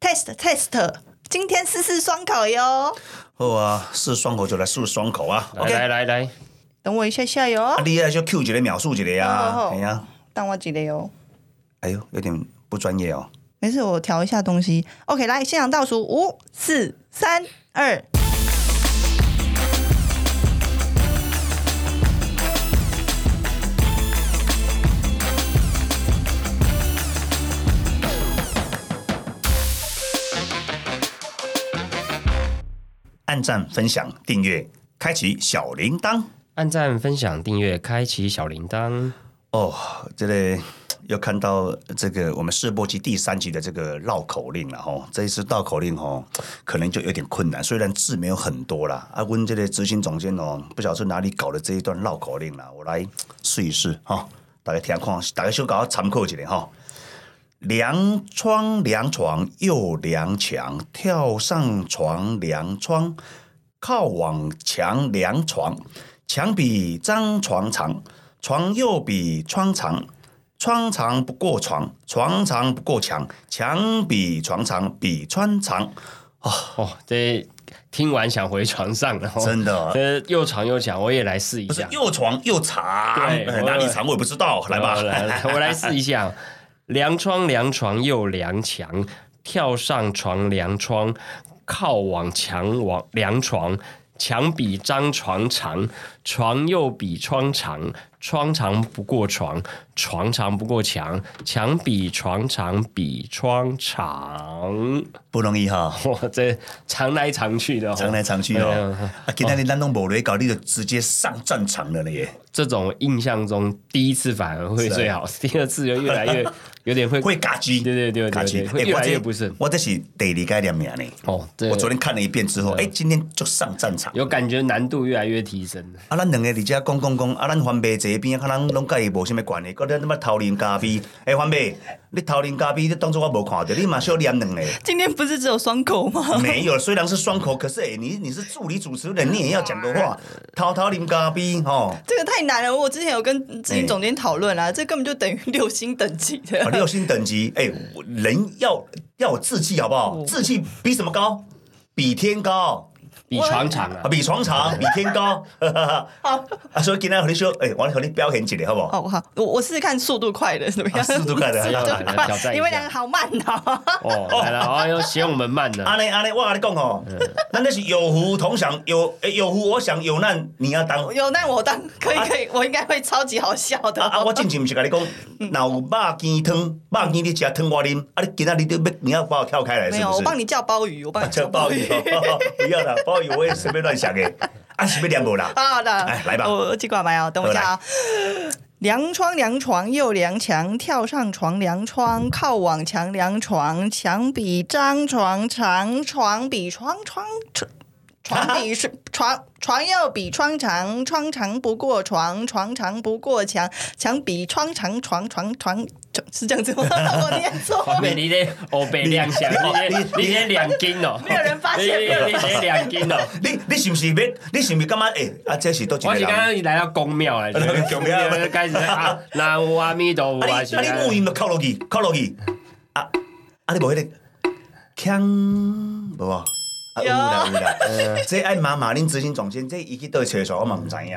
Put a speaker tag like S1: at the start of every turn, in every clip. S1: test test，今天试试双口哟。
S2: 好啊，试双口就来试双口啊。
S1: OK
S3: 来来来来，
S1: 等我一下下哟
S2: 啊，，你来就 Q 一个描述一个
S1: 好好
S2: 啊，
S1: 好
S2: 哎呀，
S1: 等我几个哟。
S2: 哎呦，有点不专业哦。
S1: 没事，我调一下东西。OK，来，现场倒数五、四、三、二。
S2: 按赞、分享、订阅，开启小铃铛
S3: 按赞、分享、订阅，开启小铃铛。
S2: 哦。这里又看到这个我们试播集第三集的这个绕口令了哦。这一次绕口令哦，可能就有点困难，虽然字没有很多啦。啊，问这个执行总监哦，不晓得是哪里搞的这一段绕口令啦，我来试一试哈、哦，大家听看，大家小搞参考一下哈、哦。凉窗凉床又凉墙，跳上床凉窗，靠往墙凉床，墙比张床长，床又比窗长，窗长不过床，床长不过墙，墙比床长，比穿长，
S3: 哦，这听完想回床上了、哦，
S2: 真的
S3: 这又长又强，我也来试一
S2: 不是
S3: 下。
S2: 又床又长，
S3: 对
S2: 哎
S3: 我
S2: 哪里长我也不知道，来吧
S3: 我，哦来，我来试一 下。凉窗凉床又凉墙，跳上床凉窗，靠往墙往凉床，墙比张床长，床又比窗长，窗长不过床，床长不过墙，墙比床长比窗长。
S2: 不容易哈。
S3: 哇，这常来常去的、哦，
S2: 长来长去
S3: 哎
S2: 哦
S3: 呀，
S2: 啊，今天你咱弄无雷搞，你就直接上战场了了耶。
S3: 这种印象中第一次反而会最好，第二次就越来越有点会
S2: 会嘎叽，
S3: 对对对
S2: 嘎
S3: 对
S2: 叽
S3: 对，，会
S2: 哎
S3: 越
S2: 我
S3: 来
S2: 这
S3: 越不是
S2: 我这是第二概念名呢。
S3: 哦。这
S2: 我昨天看了一遍之后，哎，今天就上战场。
S3: 有感觉难度越来越提升了。
S2: 啊，咱两个伫遮讲讲讲，啊，咱翻白这边，啊，咱拢甲伊无啥物关系，搁咱他妈偷人咖啡。哎，翻白，你偷人咖啡，你当做我无看到，你嘛少念两个。
S1: 今天不是只有双口吗？
S2: 没有，虽然是双口，可是哎，你你是助理主持人，你也要讲个话，偷偷啉咖啡吼。
S1: 这个太难了，我之前有跟执行总监讨论啊啦，这根本就等于六星等级的。
S2: 啊，六星等级，哎、我人要要有志气，好不好？志气比什么高？比天高，
S3: 比床长啊
S2: 啊，，比床长，比天高。
S1: 好，
S2: 啊，所以今天和你说，哎、我来和你表演一下，好不 好？
S1: 哦，好，我我试试看速度快的怎么样？
S2: 啊速度快的
S1: 速度
S3: 来来来挑战
S1: 快，
S3: 一下
S1: 你们两个好慢哦。
S3: 哦，来了，哦，要嫌我们慢呢。
S2: 安尼安尼，我跟你讲哦， 咱那是有福同享，有哎有福我享，有难你要当。啊
S1: 有那我当可以可以，我应该会超级好笑的。
S2: 啊啊！我之前毋是甲 你讲，若有肉羹汤，肉羹你食汤我啉，啊你今仔你就要你要把我跳开来，
S1: 没
S2: 是
S1: 有，
S2: 不
S1: 我
S2: 是？
S1: 帮你叫鲍鱼，我帮你
S2: 这
S1: 叫
S2: 鲍
S1: 鲍
S2: 鱼
S1: 鱼。
S2: 哦， 不要啦，鲍鱼我也随便 乱想的，啊是要念无啦？
S1: 好的，
S2: 哎来吧
S1: 我记挂麦啊，等我一下啊。凉窗凉床又凉墙，跳上床凉窗，靠往墙凉床，墙比张床长，床比床床床床比是床床又比窗长，窗长不过床，床长不过墙，墙比窗长，床床床床是这样子吗？我念 错了。
S3: 美哦你的欧北亮相，你的你的两斤哦，
S1: 没有人发现
S3: 你你你的 两斤哦。
S2: 你你是不是要？你是不是感觉诶、啊，这是多一个
S3: 我
S2: 人
S3: 是刚
S2: 啊，
S3: 刚来到宫庙来，
S2: 宫庙
S3: 开始在啊，南无阿弥陀佛
S2: 你
S3: 啊，
S2: 啊
S3: 是
S2: 你母音就扣落去，扣落去。啊啊，你无迄、那个腔无啊？啊有啦有啦，这爱骂骂恁执行总监，这伊去倒找出来，我嘛毋知影。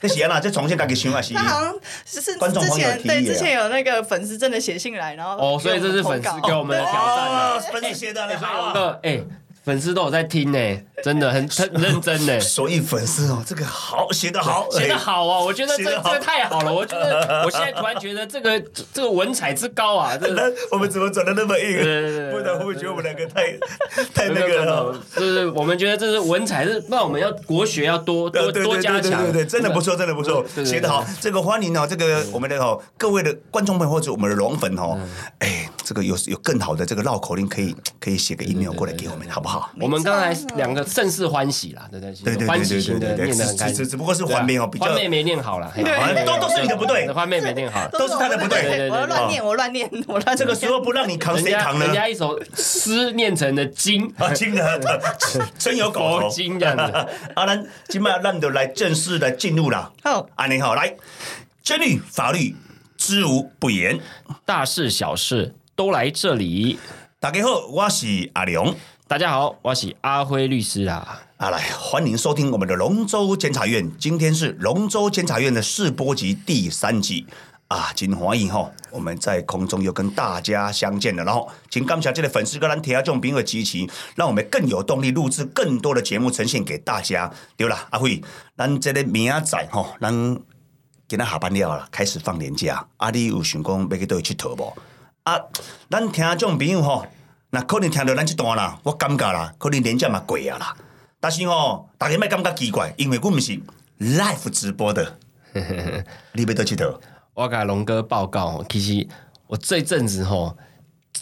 S2: 这是安那，这重新家己想也是
S1: 那。好像 是是
S2: 观众
S1: 之
S2: 朋友
S1: 前
S2: 提
S1: 对
S2: 议啊
S1: 之前有那个粉丝真的写信来，然后
S3: 哦，所以这是粉丝
S1: 投稿
S3: 给 我们的挑战啊。
S2: 哦，分析的很好啊。
S3: 那哎、粉丝都有在听呢、真的很很认真呢、
S2: 所以粉丝哦，这个好写得好，
S3: 写的
S2: 哎
S3: 好啊，我觉得这
S2: 写得
S3: 这
S2: 好
S3: 个太好了，我觉 得我现在突然觉得这个这个文采之高啊，这
S2: 那
S3: 个
S2: 我们怎么转的那么硬
S3: 对对对？
S2: 不然会不会觉得我们两个太太
S3: 没
S2: 那
S3: 有没
S2: 个
S3: 有没
S2: 了
S3: 有？就是我们觉得这是文采是，那我们要国学要多
S2: 呃对
S3: 多
S2: 对
S3: 多
S2: 对
S3: 加
S2: 对对
S3: 强，
S2: 对对，真的不错，真的不错
S3: 对，对
S2: 写得好。这个欢迎哦，这个我们的哦，各位的观众朋友或者我们的龙粉
S3: 嗯
S2: 哦，哎，这个有有更好的这个绕口令，可以可以写个 email 过来给我们，好不好？
S3: 我们刚才两个甚是欢喜啦，对对
S2: 对对对
S3: 欢
S2: 对
S3: 喜
S2: 对
S3: 心
S2: 对
S3: 的
S2: 对，
S3: 念得
S2: 只
S3: 很开
S2: 只只
S3: 心。啊
S2: 只不过是环妹哦，比较
S3: 欢妹没念好了，
S2: 对都都是你的不对
S3: 欢妹没念好。
S2: 都是他的不对
S3: 对对对哦
S1: 我乱念，我乱念， 我乱念
S2: 这个时候不让你扛
S3: 人
S2: 谁
S3: 家
S2: 扛呢
S3: 人？家一首诗念成了经，
S2: 啊，真的 真有搞头
S3: 佛。经这样子。
S2: 啊，咱今麦咱就来正式来进入啦。
S1: 好，
S2: 安尼好，来，真理法律知无不言，
S3: 大事小事都来这里。
S2: 大家好，我是阿良。
S3: 大家好，我是阿辉律师啦。
S2: 啊，来，欢迎收听我们的龙州监察院。今天是龙州监察院的试播集第三集啊，真欢喜吼！我们在空中又跟大家相见了，然后请感谢这类粉丝跟咱铁下这种评委支持，让我们更有动力录制更多的节目呈现给大家。对啦，阿慧，咱这个明仔载吼，咱今天下班了啦，开始放年假。啊，你有想讲要去倒去佚佗无？啊，咱听众朋友吼，那可能听到咱这段啦，我感觉啦，可能年假嘛过啊啦。但是哦，大家莫感觉奇怪，因为我们是 live 直播的。你要倒佚佗？
S3: 我给龙哥报告哦，其实我这阵子吼，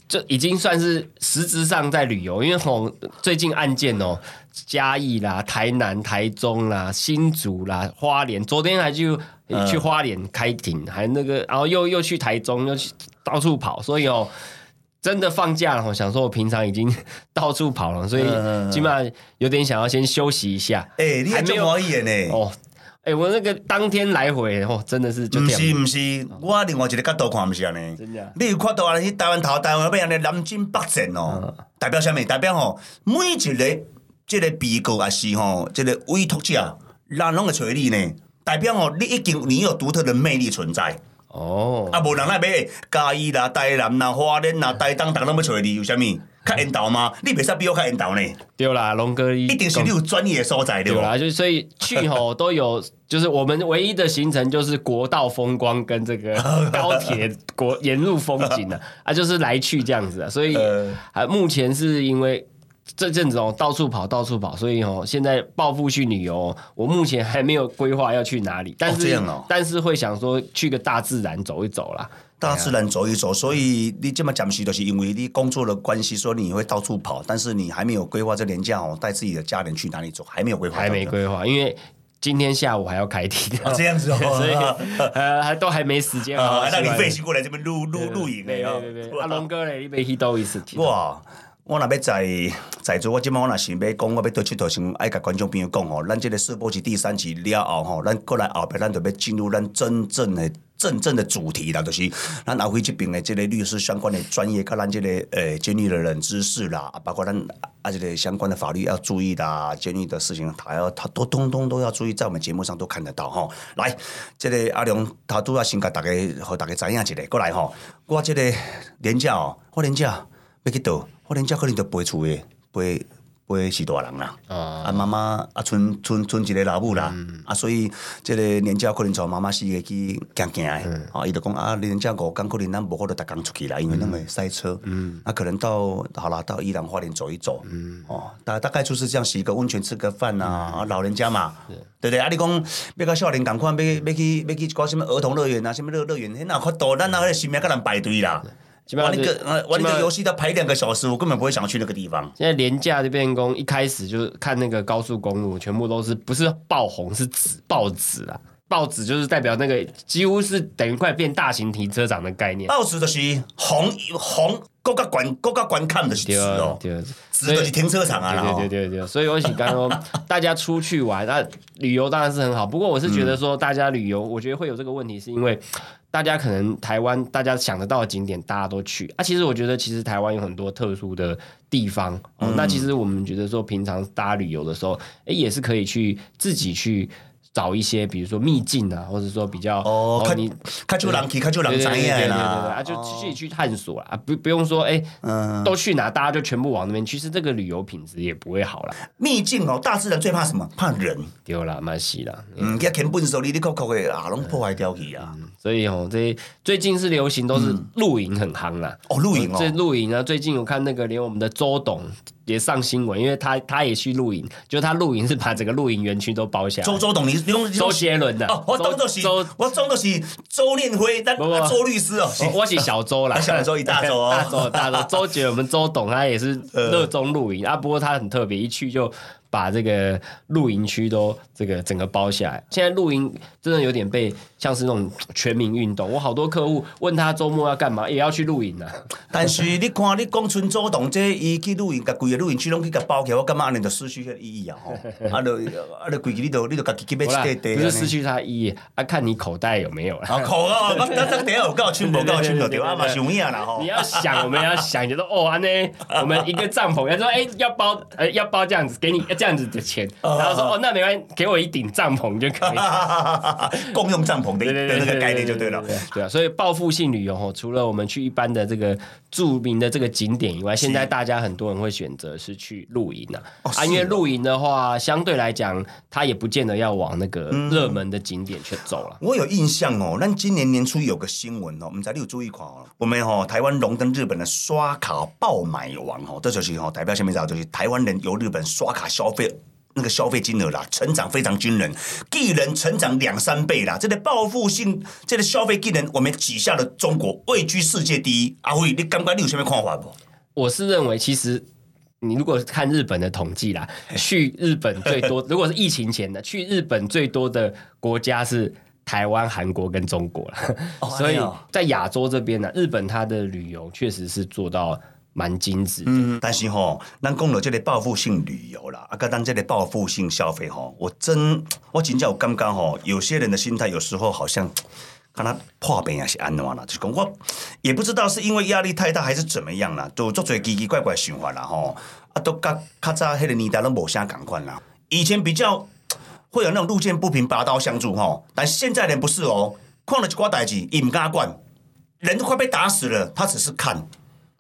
S3: 就已经算是实质上在旅游，因为吼最近案件哦，嘉义啦、台南、台中啦、新竹啦、花莲，昨天还去去花莲开庭，还那个，然后又又去台中，又去到处跑，所以哦。真的放假了，我想说，我平常已经 到处跑了，所以起码有点想要先休息一下。
S2: 哎、你还
S3: 还没
S2: 真
S3: 有
S2: 欢喜的呢。
S3: 哦，哎、我那个当天来回哦，真的是就
S2: 毋
S3: 这
S2: 是
S3: 样。
S2: 毋是，我另外一个角度看，毋是安尼。
S3: 真的啊
S2: 你有看到安尼台湾头、台湾尾安尼南征北战哦，代表啥物？代表吼，每一个即个被告也是吼，即个委托者，人拢会找你呢。代表吼，你已经你有独特的魅力存在，
S3: 哦，
S2: 啊，无人来买嘉义啦、台南啦、花莲啦、台东，逐个拢要找你，有啥物？较缘投吗？你袂使比我较缘投呢，
S3: 对啦，龙哥一
S2: 一定是你有专业的哦所在对
S3: 对啊
S2: 无？
S3: 啦，就是所以去吼都有， 就是我们唯一的行程就是国道风光跟这 个高铁国沿路风景啊，啊，就是来去这样子啊，所以
S2: 呃
S3: 啊，目前是因为。这阵子哦，到处跑，到处跑，所以哦，现在报复去旅游哦、我目前还没有规划要去哪里，但
S2: 这
S3: 是、
S2: 样哦
S3: 但是会想说去个大自然走一走啦。
S2: 大自然走一走，所以你这么暂时就是因为你工作的关系，所以你会到处跑，但是你还没有规划这年假哦，带自己的家人去哪里走，还没有规划到
S3: 还
S2: 的，
S3: 没规划，因为今天下午还要开庭，
S2: 啊，这样子
S3: 所以
S2: 哦，
S3: 呃 还都还没时间好
S2: 啊，
S3: 好
S2: 还
S3: 吃
S2: 让
S3: 完。
S2: 你费心过来这边录录录影的
S3: 对
S2: 哦
S3: 对对 啊对，阿龙哥嘞，你被去到一次听。
S2: 哇！啊我若要在在座，我即摆我若想要讲，我要对佚佗先爱甲观众朋友讲吼，咱即个试播集第三集了后吼，咱过来后壁咱就要进入咱真正的真正的主题啦，就是咱阿辉即边的即个律师相关的专业，甲咱即个呃监狱的人知识啦，啊包括咱啊即个相关的法律要注意啦，监狱的事情还要他都通通都要注意，在我们节目上都看得到吼。来，即、个阿良他拄啊先甲大家，互大家知影一下，过来吼，我即个年假哦，我年假。要去倒，我恁遮可能着陪厝诶，陪陪是大人啦，
S3: 哦
S2: 啊妈妈啊剩剩剩一个老母啦，啊所以即个年假可能带妈妈四个去行行诶，啊伊就讲啊年假五工可能咱无法度逐工出去啦，因为咱会塞车，啊可能到好啦到伊朗花莲走一走，哦大大概就是这样洗个温泉吃个饭呐，啊老人家嘛，对不对？啊你讲要甲少年共款，要要去要去一寡什么儿童乐园啊，什么乐乐园，迄哪有法度？咱哪有那个时间甲人排队啦？
S3: 基本
S2: 玩
S3: 上
S2: 一
S3: 就
S2: 个呃玩一
S3: 基
S2: 个
S3: 本
S2: 游戏，要排两个小时，我根本不会想去那个地方。
S3: 现在廉价的变工，一开始就是看那个高速公路，全部都是不是爆红是紫报纸啦，报纸就是代表那个几乎是等于快变大型停车场的概念。
S2: 报纸就是红红，够个管够个管看的是值
S3: 对
S2: 哦，
S3: 对，
S2: 值就是停车场啊，然后
S3: 对对对对对，所以我想刚 刚大家出去玩，那旅游当然是很好。不过我是觉得说，大家旅游，我觉得会有这个问题，是因为大家可能台湾大家想得到的景点大家都去啊。其实我觉得，其实台湾有很多特殊的地方、哦
S2: 嗯
S3: 那其实我们觉得说，平常大家旅游的时候，哎，也是可以去自己去。找一些，比如说秘境啊，或者说比较
S2: 哦，看
S3: 你
S2: 看就人去，看就人
S3: 对
S2: 知
S3: 对对对对
S2: 影
S3: 对对
S2: 啦哦
S3: 啊，。就自己去探索啦，啊不不用说，哎、
S2: 嗯，
S3: 都去哪，大家就全部往那边去，是这个旅游品质也不会好啦。
S2: 秘境哦，大自然最怕什么？怕人。
S3: 丢啦，蛮洗啦。
S2: 嗯，佮肯本手里你扣扣的啊，拢破坏掉去啊。
S3: 所以哦，这最近是流行都是露营很夯啦。
S2: 哦，露营
S3: 这
S2: 哦，
S3: 露营啊，最近我看那个连我们的周董也上新闻，因为他他也去露营，就他露营是把整个露营园区都包下来。
S2: 周周董，你你用你用
S3: 周杰伦的、
S2: 哦，我当作是
S3: 周周，
S2: 我当作是周念辉，但
S3: 不不
S2: 啊周律师哦，是
S3: 我我是小周啦，
S2: 啊 小周一大周 哦 嗯
S3: 大周大周，周杰伦我们周董他也是热衷露营啊，不过他很特别，一去就把这个露营区都这个整个包下来。现在露营真的有点被像是那种全民运动，我好多客户问他周末要干嘛，也要去露营 啊。
S2: 但是你看，你讲春周董这伊去露营，甲规个露营区拢去甲包起来，我感觉安尼就失去迄个意义啊！吼，啊，就啊，就规个你就你就家己去买一
S3: 好啦
S2: 块地
S3: 不
S2: 安
S3: 是失
S2: 尼。
S3: 去它的意义，啊，看你口袋有没 有啦。
S2: 啊，苦啊！我咱咱第一有够深，无够深就对啊，嘛是有影啦吼
S3: 你。要想，我们要想，就说哦，安呢，我们一个帐篷，他说哎、要包，呃，要包这样子，给你这样子的钱，然后说哦，那没关系，给我一顶帐篷就可以。
S2: 共用帐篷的
S3: 对对
S2: 的
S3: 对，
S2: 那个概念就对了。
S3: 对对啊，所以报复性旅游吼，除了我们去一般的这个著名的这个景点以外，现在大家很多人会选择是去露营啊。
S2: 哦
S3: 啊，
S2: 是
S3: 因为
S2: 哦
S3: 露营的话，相对来讲，它也不见得要往那个
S2: 嗯
S3: 热门的景点去走了。
S2: 我有印象哦，那今年年初有个新闻哦，我们在有注意看哦，我们哦台湾荣登日本的刷卡爆买王哦，这就是哦代表下面讲就是台湾人由日本刷卡消费。那个消费金额啦，成长非常惊人，一人成长两三倍啦，这个报复性，这个消费技能，我们挤下了中国，位居世界第一。阿辉，你感觉你有什么看法不？
S3: 我是认为，其实你如果看日本的统计啦，去日本最 多，如果是疫情前的，去日本最多的国家是。台湾、韩国跟中国啦，
S2: 哦
S3: 所
S2: 哎
S3: 以
S2: 呦
S3: 在亚洲这边呢、日本它的旅游确实是做到蛮精致的。
S2: 嗯，但是吼、咱讲到这个报复性旅游啦，啊，跟咱这个报复性消费吼、我真我真正有感觉吼、有些人的心态有时候好像。看他破病也是安怎啦，就是讲我也不知道是因为压力太大还是怎么样啦，就做侪奇奇怪怪的想法啦吼，啊都较较早迄个年代都无啥共款啦，以前比较会有那种路见不平拔刀相助吼，但是现在人不是哦，看了一寡代志，伊毋敢管，人都快被打死了，他只是看，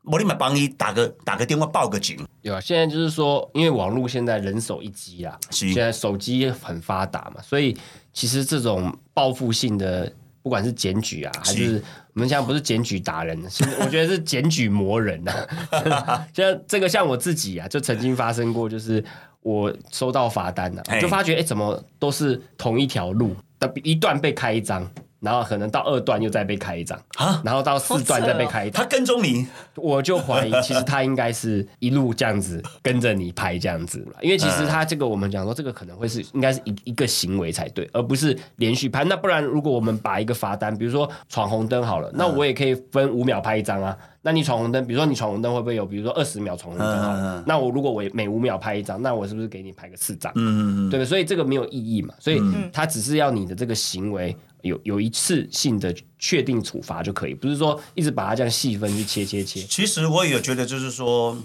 S2: 我立马帮你打个打个电话报个警，
S3: 有啊，现在就是说，因为网络现在人手一机啦，
S2: 是
S3: 现在手机很发达嘛，所以其实这种报复性的，不管是检举啊，还
S2: 是
S3: 是我们现在不是检举打人，是我觉得是检举魔人 啊。像这个像我自己啊，就曾经发生过，就是我收到罚单了、啊，
S2: 嘿
S3: 我就发觉哎、诶怎么都是同一条路，但一段被开一张，然后可能到二段又再被开一张
S2: 啊
S3: 然后到四段再被
S1: 好扯哦
S3: 开一张。
S2: 他跟踪你，
S3: 我就怀疑， 其实他应该是一路这样子跟着你拍这样子嘛，因为其实他这个我们讲说，这个可能会是应
S2: 嗯
S3: 该是一一个行为才对，而不是连续拍。那不然，如果我们把一个罚单，比如说闯红灯好了，
S2: 嗯
S3: 那我也可以分五秒拍一张啊。那你闯红灯，比如说你闯红灯会不会有，比如说二十秒闯红灯好
S2: 嗯嗯
S3: 了
S2: 嗯，
S3: 那我如果我每五秒拍一张，那我是不是给你拍个四张？
S2: 嗯，
S3: 对不对？所以这个没有意义嘛，所以他只是要你的这个行为有有一次性的确定处罚就可以，不是说一直把它这样细分去切切切。
S2: 其实我也有觉得，就是说，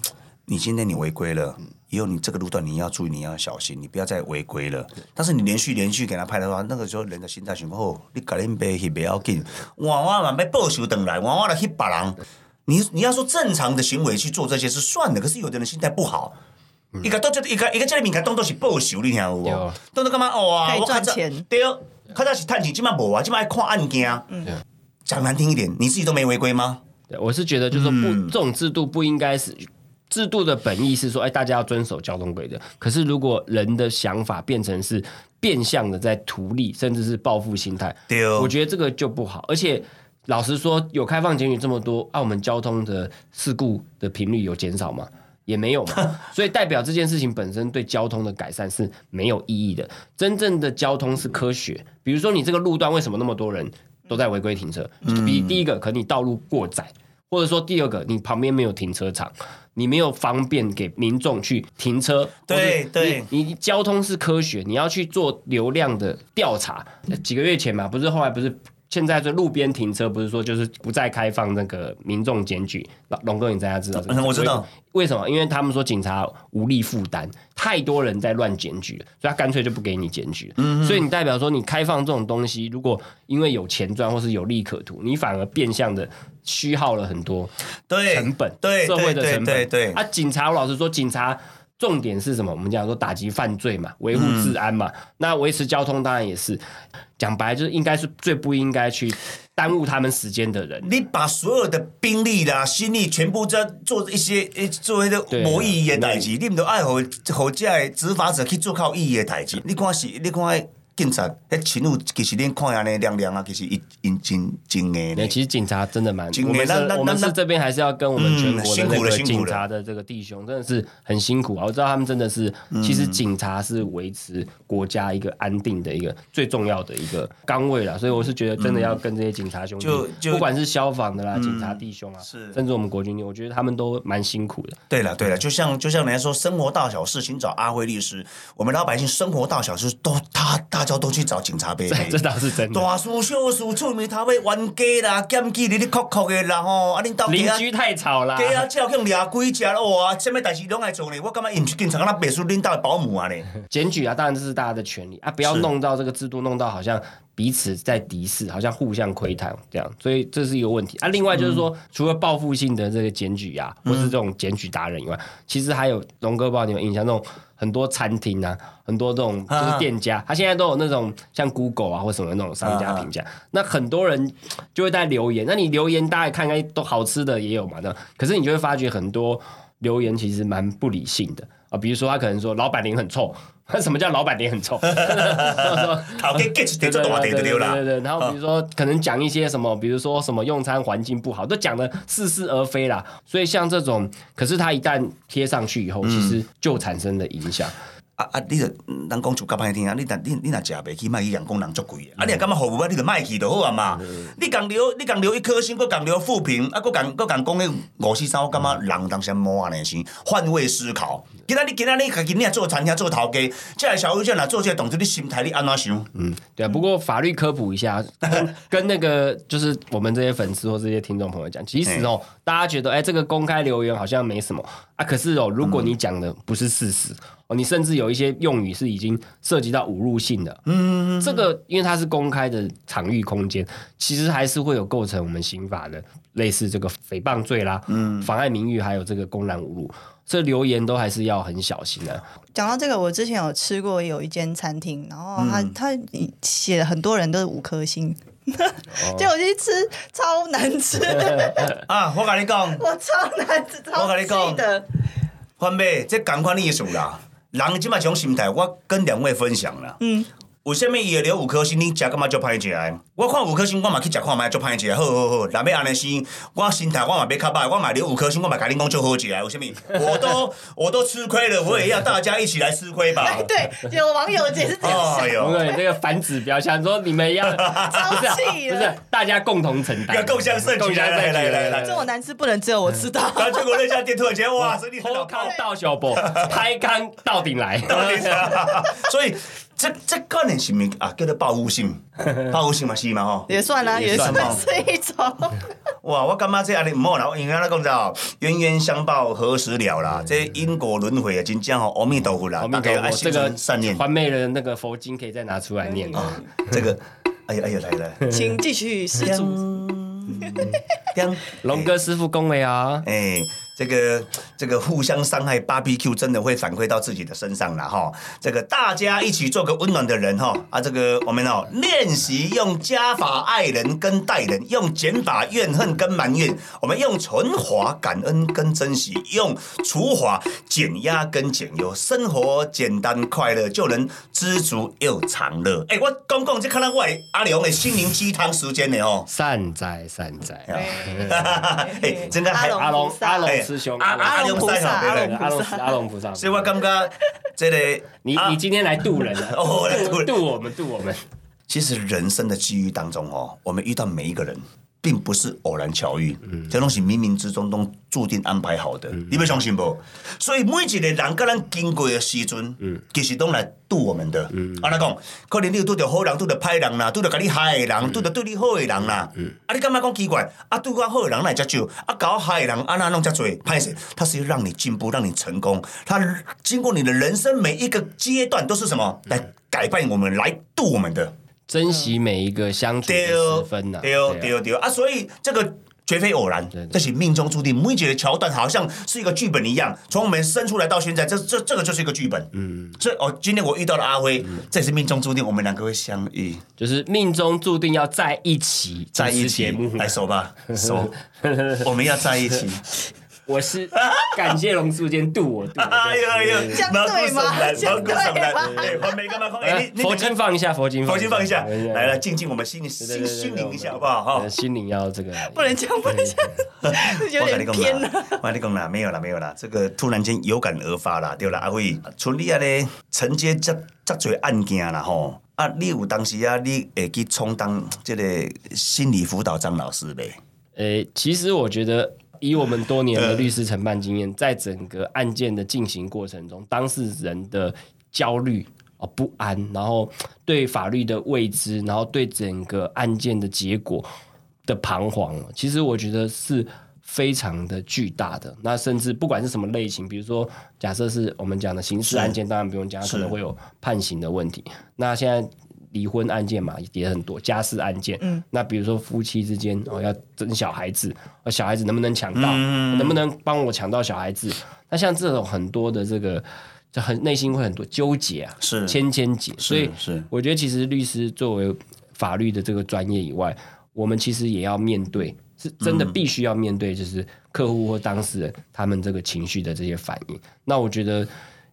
S2: 你今天你违规了，以后你这个路段你要注意，你要小心，你不要再违规了。但是你连续连续给他拍的话，那个时候人的心态想，哦，你搞恁爸去不要紧，娃娃嘛被报仇等来，娃娃来去别人。你你要说正常的行为去做这些是算的，可是有的人心态不好。一个都这一个一个这个敏感当作是报仇，你听有
S3: 对
S2: 无
S3: 哦？
S2: 当作干嘛哦啊？
S1: 可以
S2: 我
S1: 赚
S2: 较早
S1: 钱
S2: 对，较早是探钱，今麦无啊，今麦爱看案件。
S3: 嗯
S2: 讲难听一点，你自己都没违规吗？
S3: 对，我是觉得就是说不，这种制度不应该是制度的本意是说，哎，大家要遵守交通规则。可是如果人的想法变成是变相的在图利，甚至是报复心态，
S2: 对哦
S3: 我觉得这个就不好。而且老实说，有开放检举这么多，啊，我们交通的事故的频率有减少吗？也没有嘛，所以代表这件事情本身对交通的改善是没有意义的。真正的交通是科学，比如说你这个路段为什么那么多人都在违规停车？比第一个，可能你道路过窄，或者说第二个，你旁边没有停车场，你没有方便给民众去停车。
S2: 对
S3: 或是
S2: 对
S3: 你你交通是科学，你要去做流量的调查。几个月前嘛，不是后来不是。现在这路边停车不是说就是不再开放那个民众检举，老龙哥你大家知道这个？
S2: 嗯我知道
S3: 为什么？因为他们说警察无力负担，太多人在乱检举了，所以他干脆就不给你检举了。
S2: 嗯
S3: 所以你代表说，你开放这种东西，如果因为有钱赚或是有利可图，你反而变相的虚耗了很多
S2: 对
S3: 成本，
S2: 对
S3: 社会的成本。
S2: 对对对
S3: 啊，警察，我老实说，警察。重点是什么？我们讲说打击犯罪嘛，维护治安
S2: 嗯
S3: 嘛，那维持交通当然也是。讲白就是应该是最不应该去耽误他们时间的人。
S2: 你把所有的兵力啦、心力全部在做一些诶，做迄个
S3: 对啊
S2: 无意义的代志，你毋着爱互互遮的执法者去做较有意义的代志。你看是，你看警察，迄勤务其实恁看安尼亮亮啊，其实伊因真真诶
S3: 那
S2: 呢。
S3: 其实警察真的蛮，
S2: 警
S3: 我们
S2: 那
S3: 是
S2: 那，
S3: 我们
S2: 那嗯
S3: 是这边还是要跟我们全国的
S2: 辛苦
S3: 那
S2: 了
S3: 个
S2: 辛苦了
S3: 警察的这个弟兄，真的是很辛苦啊！我知道他们真的是，
S2: 嗯
S3: 其实警察是维持国家一个安定的一个最重要的一个岗位啦，所以我是觉得真的要跟这些警察兄
S2: 嗯
S3: 弟
S2: 就，就嗯
S3: 不管是消防的啦、警察弟兄啊，
S2: 是
S3: 甚至我们国军弟兄，我觉得他们都蛮辛苦的。
S2: 对了对了，就像就像人家说，生活大小事请找阿辉律师，我们老百姓生活大小事都他大家都去找警察贝贝
S3: 这。倒是 真的。
S2: 大事小事，厝面头尾冤家啦、检举你咧哭哭的啦吼，啊恁到
S3: 邻居太吵啦，
S2: 对啊，只有叫掠鬼食哇，什么代志拢爱做呢？我感觉伊毋是警察，敢若秘书恁兜的保姆 啊呢。
S3: 检举啊，当然这是大家的权利啊，不要
S2: 是
S3: 弄到这个制度，弄到好像彼此在敌视，好像互相窥探这样，所以这是一个问题啊。另外就是说，除了报复性的这个检举啊，或是这种检举达人以外，其实还有龙哥，不知道你们有印象那种很多餐厅啊，很多这种就
S2: 啊
S3: 是店家，他现在都有那种像 Google 啊或什么那种商家评价，那很多人就会在留言，那你留言大家看看都好吃的也有嘛，那可是你就会发觉很多留言其实蛮不理性的。啊，比如说他可能说老板脸很臭， 那什么叫老板脸很 臭？
S2: 头家 get
S3: 对
S2: 就大地就对啦
S3: 对。对，然后比如说可能讲一些什么，比如说什么用餐环境不好，都讲的似是而非啦。所以像这种，可是他一旦贴上去以后，其实就产生了影响。
S2: 啊啊！你著人讲就较歹听啊！你但你你若食袂起，莫去人讲人足贵的。啊，你若感觉服务啊，你著莫去就好啊嘛。你共留你共留一颗星，佮共留负评，啊，佮共佮共讲迄五四三，我感觉人有当时摸啊呢是换位思考。今仔你今仔你家己你若做餐厅做头家，这个消费者若做这个动作，你心态你安怎想？
S3: 嗯，对啊。不过法律科普一 下，跟跟那个就是我们这些粉丝或这些听众朋友讲，其实哦，大家觉得哎，这个公开留言好像没什么啊，可是哦，如果你讲的不是事实。哦，你甚至有一些用语是已经涉及到侮辱性的，嗯，这个因为它是公开的场域空间，其实还是会有构成我们刑法的类似这个诽谤罪啦，嗯，妨碍名誉，还有这个公然侮辱，这留言都还是要很小心的、
S1: 讲到这个，我之前有吃过有一间餐厅，然后他、
S3: 嗯
S1: 他写了很多人都是五颗星，
S3: 哦
S1: 结果我去吃超难 吃，
S2: 啊，我甲你讲。
S1: 我超难吃，
S2: 我
S1: 超
S2: 跟你讲
S1: 气的。
S2: 翻妹，这同款意思啦。人即摆种心态，我跟两位分享啦。嗯。为什么伊会留五颗星？你食感觉足歹食的？我看五颗星，我嘛去食看觅足歹食。好好好，若要安尼生，我心态我嘛要较歹，我嘛留五颗星，我嘛甲恁讲足好食的。为什么？我都 我都吃亏了，我也要大家一起来吃亏吧。
S1: 哎，对，有网友也是这样想
S2: 哎。
S3: 龙
S2: 呦，
S3: 哥，你这个反指标，想说你们要哦不是啊
S1: 气了
S3: 不是啊大家共同承担，
S2: 要共襄盛举
S3: 共襄盛举
S2: 来来来来
S1: 这种难吃不能只有我知道。
S3: 嗯
S2: 然后结果那家店突然间，哇，生意很
S3: 偷
S2: 好
S3: 康
S2: 看。
S3: 到小博，拍康到顶来，
S2: 所以这这可能是咪啊，叫做报复 性，报复性嘛是嘛吼。
S1: 也算啦，
S3: 也
S1: 也
S3: 算
S1: 算
S2: 吧
S1: 是一 种。
S2: 哇，我感觉这安尼毋好啦，因为安尼讲啥，冤冤相报何时了啦？这因果轮回啊，真正嗯吼，阿弥陀佛啦，
S3: 我
S2: 大
S3: 们
S2: 家
S3: 给
S2: 要
S3: 我这
S2: 心
S3: 个
S2: 存善 念
S3: 环妹的那个佛经可以再拿出来念
S2: 啊。这个，哎呀哎呀，来来，
S1: 请继续施主。
S2: 锵
S3: 龙哥师傅恭维啊！
S2: 哎，这个这个互相伤害 BBQ 真的会反馈到自己的身上了哈。这个大家一起做个温暖的人哈啊，这个我们哦练习用加法爱人跟待人，用减法怨恨跟埋怨，我们用存华感恩跟珍惜，用除华减压跟减忧，生活简单快乐就能知足又长乐。哎，我讲讲这看到我的阿良的心灵鸡汤时间呢哦。
S3: 善哉善哉，
S2: 哎，真的还
S1: 阿
S3: 阿龙
S1: 龙菩萨
S3: 阿龙师兄，
S2: 哎阿阿龙菩萨
S1: 阿龙菩萨
S3: 阿龙阿龙菩萨，
S2: 所以我感觉这个
S3: 你
S2: 啊
S3: 你今天来渡人了，
S2: 哦我来渡人
S3: 渡我们渡我们，
S2: 其实人生的机遇当中哦，我们遇到每一个人，并不是偶然巧遇，这东西冥冥之中都注定安排好的，你们相信不？所以每一个人跟咱经过的时阵，其实都来渡我们的。安那讲，可能你有拄到好人，拄到歹人啦，拄到甲你害的人，拄到对你好的人啦，啊，你感觉讲奇怪，啊，对我好的人来遮少，啊，搞我害的人安那弄遮多，歹势，他是要让你进步，让你成功，他经过你的人生每一个阶段都是什么来改变我们，来渡我们的。
S3: 珍惜每一个相处的
S2: 对
S3: 时
S2: 哦
S3: 分呐，
S2: 对哦
S3: 啊
S2: 对哦对哦啊！所以这个绝非偶然
S3: 对，
S2: 这是命中注定。每一个桥段好像是一个剧本一样，从我们生出来到现在，这这这个就是一个剧本。嗯，所以哦，今天我遇到了阿辉，这也是命中注定，我们两个会相遇
S3: 就是命中注定要在一起，
S2: 在一
S3: 主持
S2: 起
S3: 节目。
S2: 来手吧手，我们要在一起。
S3: 我是感谢龙叔今天渡我渡我。
S2: 哎呦哎呦，
S1: 这样
S2: 毛骨
S1: 对
S2: 悚
S1: 吗
S2: 然，
S1: 这
S2: 毛
S1: 样
S2: 骨悚
S1: 对
S2: 然
S1: 吗。
S2: 哎，黄梅干嘛？黄
S3: 啊
S2: 梅，你你
S3: 佛经放一下，佛经
S2: 佛经放一下，
S3: 对
S2: 来来，静静我们心里
S3: 对对
S2: 心
S3: 对
S2: 心
S3: 对
S2: 灵一
S3: 对
S2: 下好不好？
S3: 呃
S2: 哈。
S3: 心灵要这个
S1: 不能这样，不能这样， 有
S2: 我跟你
S1: 点偏啊
S2: 讲
S1: 了。
S2: 啦，我跟你讲啦，没有啦，没有啦，这个突然间有感而发啦，对啦，阿辉，像你安尼承接遮遮侪案件啦吼，啊，你有当时啊，你会去充当这个心理辅导张老师呗？
S3: 诶、其实我觉得，以我们多年的律师承办经验，在整个案件的进行过程中，当事人的焦虑、哦不安，然后对法律的未知，然后对整个案件的结果的彷徨，哦其实我觉得是。非常的巨大的，那甚至不管是什么类型，比如说假设是我们讲的刑事案件，当然不用讲，它可能会有判刑的问题。那现在离婚案件嘛也很多，家事案件，
S2: 嗯
S3: 那比如说夫妻之间哦要争小孩子，哦小孩子能不能抢到，
S2: 嗯
S3: 能不能帮我抢到小孩子？那像这种很多的这个，就很内心会很多纠结啊，
S2: 是
S3: 千千结，所以
S2: 是
S3: 我觉得其实律师作为法律的这个专业以外，我们其实也要面对，是真的必须要面对，就是客户或当事人他们这个情绪的这些反应。那我觉得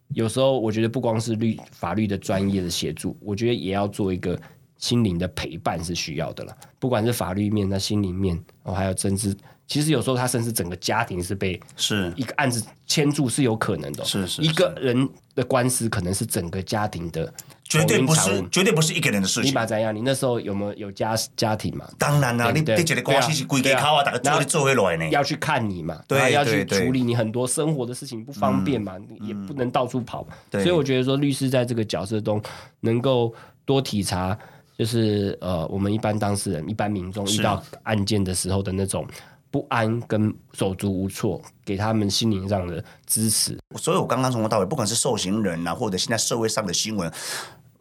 S3: 有时候，我觉得不光是律法律的专业的协助，我觉得也要做一个。心灵的陪伴是需要的啦，不管是法律面、那心灵面，哦，还有政治，其实有时候他甚至整个家庭是被
S2: 是
S3: 一个案子牵住是有可能的哦、
S2: 是是
S3: 一个人的官司可能是整个家庭的
S2: 绝对
S3: 同
S2: 不
S3: 音产
S2: 是
S3: 物，
S2: 绝对不是一个人的事
S3: 你
S2: 情。
S3: 把怎样？你那时候有没有有家家庭嘛？
S2: 当然啦，你
S3: 对
S2: 你一个关系是规家口啊，大家做你做回来呢。
S3: 要去看你嘛，
S2: 对
S3: 然后要去
S2: 对对嗯
S3: 处理你很多生活的事情不方便嘛，你也不能到处跑，
S2: 对
S3: 所以我觉得说律师在这个角色中能够多体察，就是呃，我们一般当事人、一般民众遇到案件的时候的那种不安跟手足无措，给他们心灵上的支持。
S2: 所以我刚刚从头到尾，不管是受刑人啊，或者现在社会上的新闻，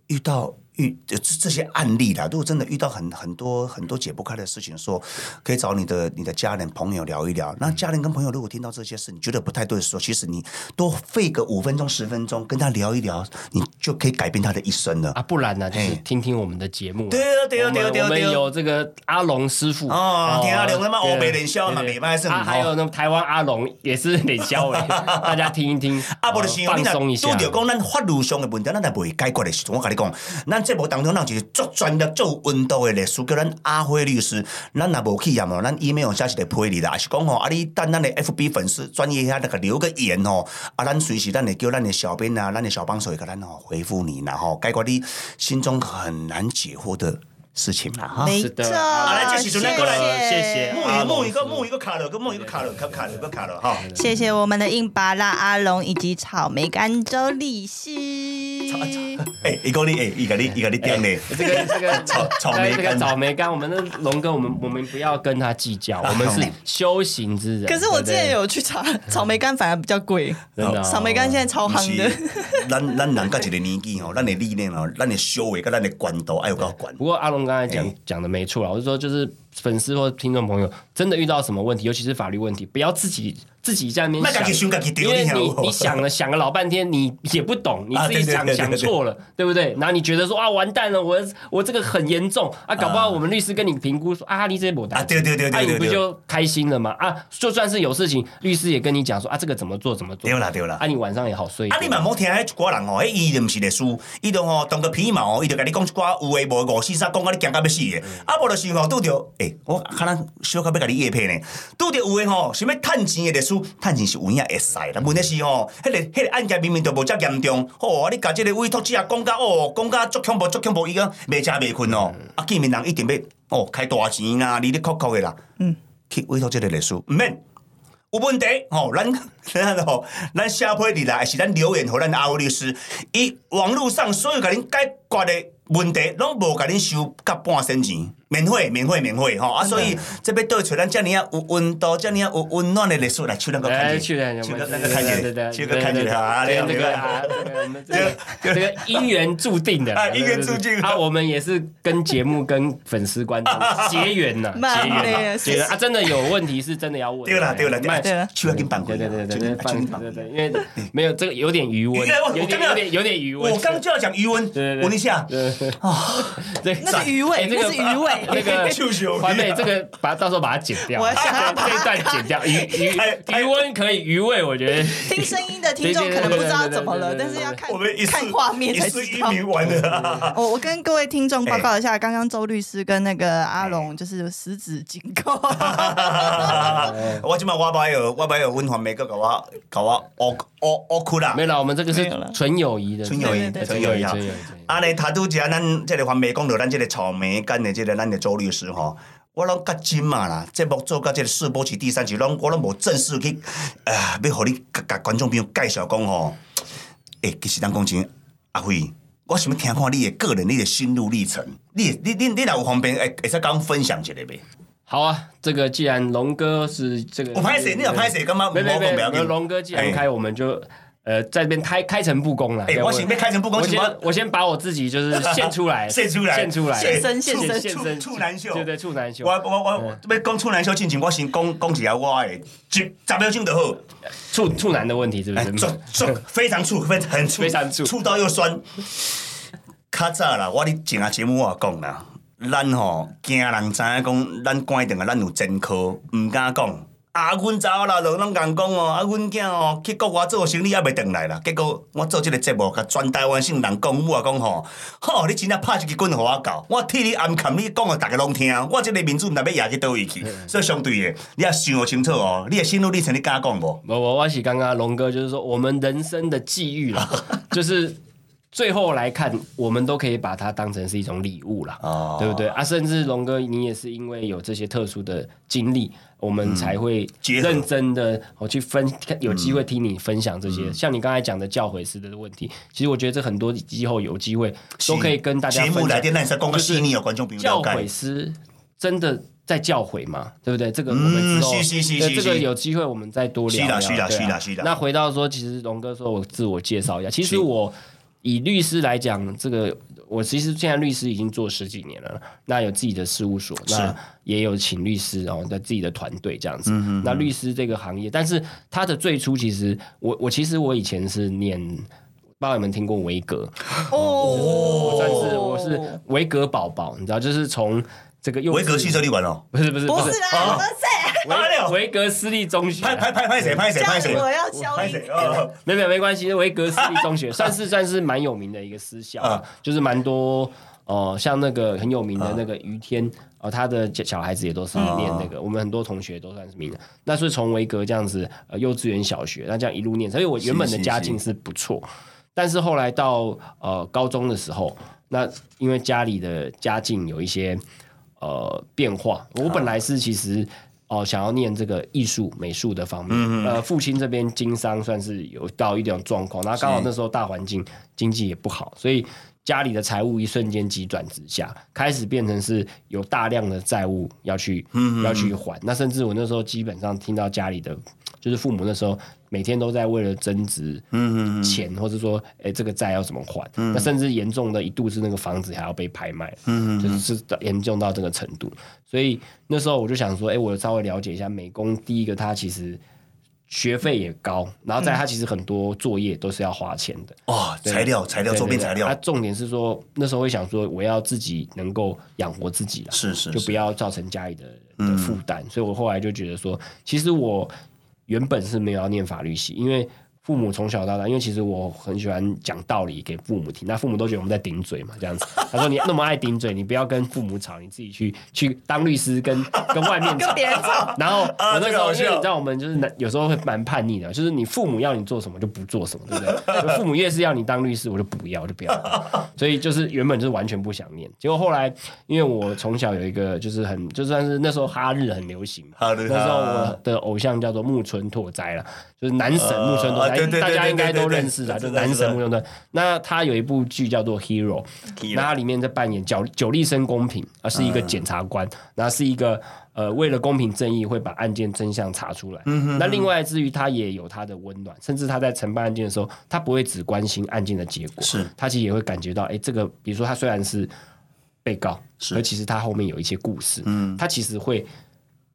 S2: 遇到遇呃这这些案例啦，如果真的遇到很很多很多解不开的事情的时候，可以找你的你的家人朋友聊一聊。那家人跟朋友如果听到这些事，你觉得不太对的时候，其实你多费个五分钟十分钟跟他聊一聊，你就可以改变他的一生了。
S3: 啊，不然呢、就是
S2: 嘿
S3: 听听我们的节目、啊。
S2: 对啊对啊
S3: 我们
S2: 对啊对啊
S3: 我们
S2: 对啊
S3: 有这个阿龙师傅
S2: 哦听阿龙他妈
S3: 对
S2: 欧美脸销嘛
S3: 对对
S2: 美麦是很
S3: 啊
S2: 好
S3: 还有那台湾阿龙也是脸销 哎，大家听一听，
S2: 啊，无
S3: 哦
S2: 就是
S3: 放
S2: 你
S3: 松一
S2: 若
S3: 下
S2: 拄。着讲咱法律上的问题，咱也袂解决的时阵，我甲你讲，咱节目当中，咱有一个足专业、足有温度的律师，叫咱阿辉律师，咱若无去啊嘛，咱 email 写一个批你啦，还是讲吼，啊你等咱的 FB 粉丝专业遐那个留个言吼，啊咱随时咱会叫咱的小编啊，咱的小帮手会甲咱吼回复你啦吼，解决你心中很难解惑的事情啦哈。
S1: 没
S3: 啊是的
S1: 错，
S3: 好
S2: 来这时
S1: 谢
S2: 阵咱过来
S3: 谢谢
S2: 木
S3: 阿
S2: 鱼
S3: 龙
S2: 木鱼
S3: 是
S2: 个木鱼个卡了，个木鱼个卡了，卡卡了个卡了哈。
S1: 谢谢我们的硬巴拉阿龙以及草莓干周律师。
S2: 哎，伊讲你哎，伊甲你伊甲你点咧，
S3: 这个这个
S2: 草草莓
S3: 这个
S2: 干
S3: 草莓干，我们的龙哥，我们我们不要跟他计较，我们是修行之人。
S1: 可是我之
S3: 对不对
S1: 前有去查，草莓干反而比较贵，
S3: 真的哦
S1: 草莓干现在超
S2: 不
S1: 夯
S2: 是
S1: 的。，
S2: 咱咱人到一个年纪吼，咱的理念吼，咱的修为跟咱的管道爱有够管
S3: 不。过阿龙刚才
S2: 哎
S3: 讲讲的没错啦，我是说就是粉丝或听众朋友真的遇到什么问题，尤其是法律问题，不要自己自己在那边
S2: 别自己想
S3: 想，
S2: 自己丢
S3: 因为
S2: 你
S3: 你
S2: 啊我
S3: 你想了想了老半天，你也不懂，你
S2: 啊
S3: 自己想
S2: 对对对对
S3: 想
S2: 对
S3: 错了，对不对？然后你觉得说啊完蛋了，我我这个很严重啊，搞不好我们律师跟你评估说啊你这不
S2: 啊对对对对对
S3: 啊你不
S2: 对
S3: 就开心了吗？啊，就算是有事情，律师也跟你讲说啊这个怎么做怎么做
S2: 对，啦对啦
S3: 啊，你晚上也好睡一
S2: 啊
S3: 点。！
S2: 你嘛莫听迄一寡人吼，迄伊就毋是律师，伊就吼当个皮毛哦，伊就甲你讲一寡有诶无的五四三，讲甲你惊到要死诶。啊，无就是吼拄着，诶，我可能小可要甲你叶片呢。拄着有诶吼，想要趁钱诶律师，趁钱是有影会使啦。问题是吼，迄个迄个案件明明就无遮严重，吼，啊你甲即个委托者讲甲哦，讲甲足恐怖足恐怖，伊讲袂食袂困哦。啊，见面人一定要哦开大钱啦，你咧哭哭诶啦。嗯，去委托即个律师，毋免。有问题吼、咱咱吼，咱写批入来，还是咱留言互咱阿欧律师，伊网络上所有甲恁解决的问题，拢无甲恁收甲半仙钱，免费免费免费吼、啊！所以这边倒找咱遮尔啊有温度、遮尔啊有温暖的律师来抽咱个看
S3: 哎，
S2: 见，
S3: 去了，
S2: 抽咱个看
S3: 对
S2: 见，
S3: 对对，
S2: 抽个看见啊！
S3: 对
S2: 了
S3: 这
S2: 解
S3: 个啊
S2: 了，
S3: 我们这个这个姻缘注定的，啊，我们也是跟节目跟粉丝观 众结缘呐，结缘，结缘啊，真的有问题是真的要问，
S2: 对啦对啦对啦，
S1: 对了
S2: 手要紧放
S3: 对
S2: 开，
S3: 对对对
S2: 手要紧
S3: 对，
S2: 手要紧放
S3: 对
S2: 开
S3: 对，因为没有这个有点余温，有点有点有点余温
S2: 我，刚就要讲余温，
S3: 对对对
S2: 闻一下
S3: 对，对，
S1: 那是鱼尾
S3: 哎 这个
S1: 那是鱼尾
S3: 那 个
S2: 就是有鱼啊
S3: 完美，这个把它到时候把它剪掉，
S1: 我想要把它
S3: 这一段剪掉，
S2: 开
S3: 余余
S2: 开
S3: 余温可以，余味我觉得。
S1: 听声音的听众可能不知道怎么了，
S3: 对
S1: 但
S3: 对对对对对
S1: 是要看
S2: 我们一
S1: 看
S2: 次
S1: 画面
S2: 一
S1: 才
S2: 次
S1: 知
S2: 一
S1: 道。
S2: 名完的、啊，
S1: 我我跟各位听众报告一下，刚刚周律师跟那个阿龙就是十指紧扣，
S3: 嗯
S2: 我今晚我把有我把有温黄梅哥搞我搞我哦哦哦哭啦
S3: 没。有啦，我们这个是
S1: 没有啦
S3: 纯友谊的，
S2: 纯友谊
S1: 对对，对
S2: 纯友谊啊
S3: 纯友谊。
S2: 安尼他拄只咱这个黄梅讲到咱这个草莓干的这个咱的周律师吼，我拢较真嘛啦，节目做到这个试播期第三期，拢我拢无正式去呃，要互你甲甲观众朋友介绍讲吼，诶、其实咱讲真，阿辉。我想要听看你的个人、你的心路历程，你、你、你、你若有方便，会会使甲阮分享一下呗？
S3: 好啊，这个既然龙哥是这个，
S2: 我拍哦谁？你若拍谁？干嘛？
S3: 没
S2: 我
S3: 没
S2: 讲
S3: 没
S2: 不要
S3: 没，
S2: 紧
S3: 龙哥既然
S2: 哎
S3: 开，我们就呃在这边开开诚布公了。
S2: 哎、
S3: 对
S2: 我想要开诚布公，
S3: 我
S2: 想要
S3: 先我先把我自己 就是献出来，
S2: 献出来
S3: 献出来，
S1: 献身献身
S3: 献
S2: 处
S3: 身，
S2: 处男秀
S3: 对对，处男秀
S2: 我。我我
S3: 嗯
S2: 我要讲出南小进前，我先讲讲一下我的，十十秒钟就好。
S3: 处处男的问题是不
S2: 哎，
S3: 是
S2: 做？做非常醋，非很醋，
S3: 非常醋
S2: 醋到又酸。较早啦，我伫前下节目我也讲啦，咱吼惊人知影讲，咱关定啊，咱有前科，毋敢讲。啊，阮查某啦，就拢共讲哦，啊，阮囝哦去国外做生理也未转来啦。结果我做即个节目，甲全台湾省人讲，我也讲吼，吼，你真正拍一支棍互我搞，我替你暗藏，你讲的逐个拢听，我即个民主毋知道要压去倒位去。所以相对的，你也想清楚哦，你的心路历程你敢讲无？
S3: 我我我喜刚刚龙哥就是说，我们人生的际遇 啦，就是最后来看，我们都可以把它当成是一种礼物啦，
S2: 哦
S3: 对不对啊？甚至龙哥，你也是因为有这些特殊的经历，我们才会
S2: 嗯结合嗯
S3: 认真的我去分，有机会听你分享这些。像你刚才讲的教诲式的问题，其实我觉得这很多以后有机会都可以跟大家
S2: 节
S3: 分
S2: 目
S3: 享
S2: 来。电，那是公司你有观众朋友
S3: 教
S2: 了
S3: 诲
S2: 解。
S3: 师真的在教诲嘛？对不对？这个我们之后，
S2: 嗯是是是
S3: 对
S2: 是
S3: 这个
S2: 是
S3: 有机会我们再多聊聊。
S2: 是啦是啦
S3: 对啊
S2: 是啦是啦
S3: 那回到说，其实龙哥说我自我介绍一下，其实
S2: 是
S3: 我以律师来讲，这个我其实现在律师已经做十几年了，那有自己的事务所，那也有请律师哦，在自己的团队这样
S2: 嗯
S3: 子。那律师这个行业，但是他的最初其实我我其实我以前是念。不知道你们听过维格？
S1: 哦
S3: 我算是我是维格宝宝，你知道，就是从这个幼
S2: 维格
S3: 系
S2: 汽车旅馆哦，
S3: 不是不是
S1: 不是啦，不是，
S2: 哪里有
S3: 维 维格私立中学，啊
S2: 拍拍拍拍谁拍谁
S1: 这
S2: 拍
S1: 样
S2: 谁
S1: 子我要消
S2: 拍
S1: 音
S2: 谁。哦，
S3: 没有没有没关系，维格私立中学算是算是蛮有名的一个私校啊，就是蛮多呃，像那个很有名的那个于天哦、呃他的小小孩子也都是念
S2: 啊
S3: 那个，我们很多同学都算是名的。那是从维格这样子呃幼稚园、小学，那这样一路念，所以我原本的
S2: 是是
S3: 家境是不错，但是后来到呃高中的时候，那因为家里的家境有一些呃变化，我本来是其实。哦，想要念这个艺术美术的方面，呃，父亲这边经商算是有到一点状况，然后刚好那时候大环境经济也不好，所以家里的财务一瞬间急转直下，开始变成是有大量的债务要去、要去还。那甚至我那时候基本上听到家里的，就是父母那时候每天都在为了增值
S2: 嗯
S3: 钱，或者说哎、这个债要怎么还，那甚至严重的一度是那个房子还要被拍卖，
S2: 嗯
S3: 就是是严重到这个程度。所以那时候我就想说，哎、我稍微了解一下美工。第一个，它其实学费也高，然后再来
S2: 嗯
S3: 它其实很多作业都是要花钱的。
S2: 哦，
S3: 对
S2: 材料材料
S3: 对
S2: 周边
S3: 对对
S2: 材
S3: 啊
S2: 料，
S3: 重点是说那时候会想说，我要自己能够养活自己啦，
S2: 是是嗯
S3: 就不
S2: 是，
S3: 要造成家里的的负担。所以我后来就觉得说，其实我原本是没有要念法律系，因为。父母从小到大，因为其实我很喜欢讲道理给父母听，那父母都觉得我们在顶嘴嘛，这样子。他说你那么爱顶嘴，你不要跟父母吵，你自己去去当律师跟跟外面吵
S1: 跟，别人 吵，
S3: 然后我那
S2: 啊这
S3: 时
S2: 个
S3: 候，
S2: 好
S3: 因为
S2: 笑
S3: 你知道，我们就是男有时候会蛮叛逆的，就是你父母要你做什么就不做什么，对不对？就父母越是要你当律师，我就不要，我就 不要。所以就是原本就是完全不想念，结果后来因为我从小有一个就是很就算是那时候哈日很流行嘛，
S2: 哈
S3: 那
S2: 日哈
S3: 时候我的偶像叫做木村拓哉啦，就是男神木村拓
S2: 啊对
S3: 哉，
S2: 对对
S3: 大家应该
S2: 对
S3: 都
S2: 对对
S3: 认识啦，就
S2: 知
S3: 是
S2: 道
S3: 男
S2: 知
S3: 神
S2: 道
S3: 木村拓哉。那他有一部剧叫做《Hero》，那他里面在扮演久久立生公平，而是一个检察官，然后是一个呃为了公平正义会把案件真相查出来。那另外至于他也有他的温暖，甚至他在承办案件的时候，他不会只关心案件的结果，
S2: 是
S3: 他其实也会感觉到，哎，这个比如说他虽然是被告，而其实他后面有一些故事，嗯，他其实会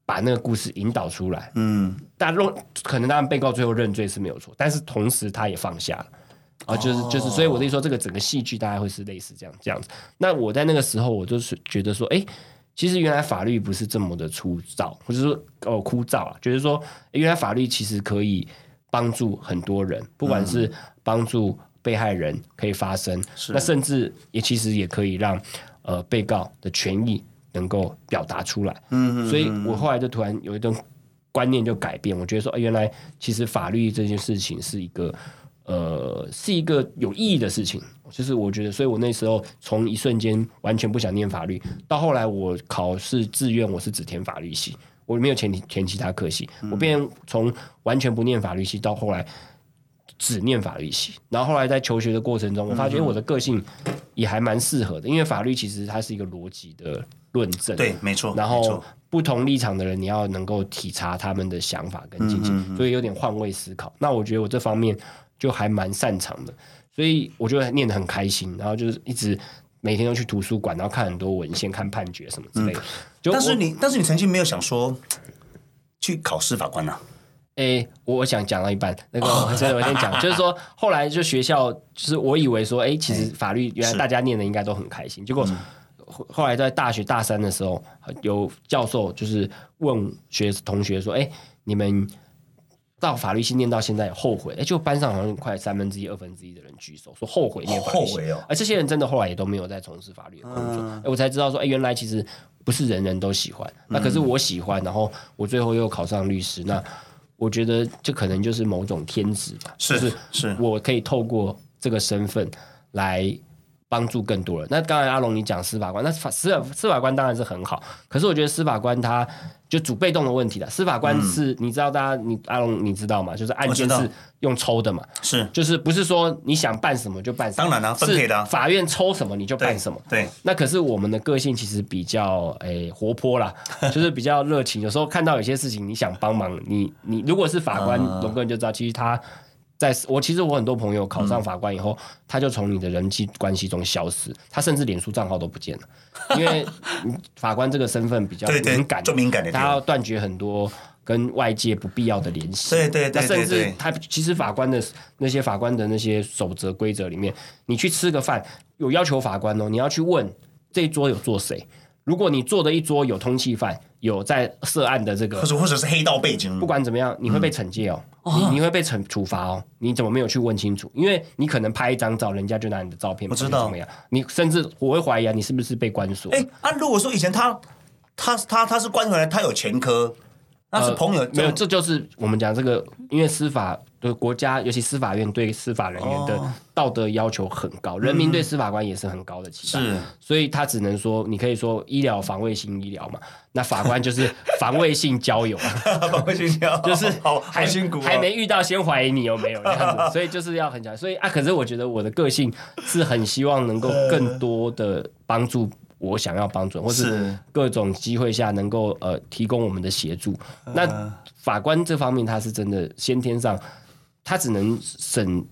S3: 把那个故事引导出来，
S2: 嗯，
S3: 但认可能当然被告最后认罪是没有错，但是同时他也放下了，啊，就是就是，所以我的意思说，这个整个戏剧大概会是类似这样这样子。那我在那个时候，我就是觉得说，哎、其实原来法律不是这么的粗糙，或者说哦枯燥啊，就是说诶原来法律其实可以帮助很多人，不管是帮助被害人可以发声，那甚至也其实也可以让呃被告的权益能够表达出来。嗯所以我后来就突然有一种观念就改变，我觉得说，哎、原来其实法律这件事情是一个。呃，是一个有意义的事情，就是我觉得，所以我那时候从一瞬间完全不想念法律，到后来我考试志愿我是只填法律系，我没有填填其他科系，我便从完全不念法律系到后来只念法律系，然后后来在求学的过程中，我发觉哎我的个性也还蛮适合的，因为法律其实它是一个逻辑的论证，
S2: 对，没错，
S3: 然
S2: 没
S3: 后
S2: 错
S3: 不同立场的人，你要能够体察他们的想法跟
S2: 嗯
S3: 境界，所以有点换位思考。那我觉得我这方面就还蛮擅长的，所以我就念得很开心，然后就是一直每天都去图书馆，然后看很多文献、看判决什么之类的。就
S2: 嗯但是
S3: 我
S2: 你，但是你曾经没有想说去考试法官啊呐、
S3: 诶，我我想讲到一半，那个
S2: 哦
S3: 我真的我先讲，就是 说后来就学校，就是我以为说，诶，其实法律原来大家念的应该都很开心，结果
S2: 嗯
S3: 后后来在大学大三的时候，有教授就是问学同学说，诶，你们到法律系念到现在有后悔？诶，就班上好像快三分之一、二分之一的人举手说后悔念法律系，
S2: 后悔哦
S3: 而这些人真的后来也都没有再从事法律的工作，
S2: 嗯
S3: 哎诶我才知道说，诶，原来其实不是人人都喜欢，那
S2: 嗯
S3: 可是我喜欢，然后我最后又考上律师，那。我觉得这可能就是某种天职吧，
S2: 是
S3: 就是
S2: 是
S3: 我可以透过这个身份来帮助更多人。那刚才阿龙你讲司法官，那法司法司法官当然是很好，可是我觉得司法官他就主被动的问题了。司法官是、你知道，大家你阿龙你知道吗？就是案件
S2: 嗯我知
S3: 是
S2: 道
S3: 用抽的嘛，
S2: 是，
S3: 就是不是说你想办什么就办什么，
S2: 当然啦分配的啊
S3: 是法院抽什么你就
S2: 对
S3: 办什么。
S2: 对，
S3: 那可是我们的个性其实比较诶、活泼 啦，就是比较热情。有时候看到有些事情，你想帮忙，你你如果是法官，
S2: 啊
S3: 龙哥你就知道，其实他在我其实我很多朋友考
S2: 嗯
S3: 上法官以后，他就从你的人际关系中消失，他甚至脸书账号都不见了，因为法官这个身份比较
S2: 对对
S3: 敏感，
S2: 就敏感一点
S3: 他要断绝很多。跟外界不必要的联系，
S2: 对对对
S3: 那甚
S2: 对
S3: 至
S2: 对
S3: 他其实法官的那些法官的那些守则规则里面，你去吃个饭有要求法官哦，你要去问这一桌有做谁。如果你做的一桌有通缉犯，有在涉案的这个
S2: 或，者或者是黑道背景，
S3: 不管怎么样，你会
S2: 嗯
S3: 被惩戒哦，你你会被惩处罚哦。你怎么没有去问清楚？因为你可能拍一张照，人家就拿你的照片，
S2: 我知道
S3: 或者怎么样？你甚至我会怀疑啊，你是不是被关锁？
S2: 哎、啊，如果说以前他他他他是关回来，他有前科，那是朋友、
S3: 呃没有，这就是我们讲这个，因为司法对国家，尤其司法院对司法人员
S2: 哦
S3: 的道德要求很高，人民对司法官也是很高的期待，
S2: 嗯是
S3: 所以他只能说，你可以说医疗防卫性医疗嘛，那法官就是防卫性交友，
S2: 会心跳，
S3: 就是
S2: 好
S3: 还
S2: 好辛苦、哦，
S3: 还没遇到先怀疑你有没有这 样子，所以就是要很强，所以啊，可是我觉得我的个性是很希望能够更多的帮助。我想要帮助人，或是
S2: 是
S3: 各种机会下能够呃提供我们的协助。
S2: 嗯
S3: 那法官这方面，他是真的先天上，他只能审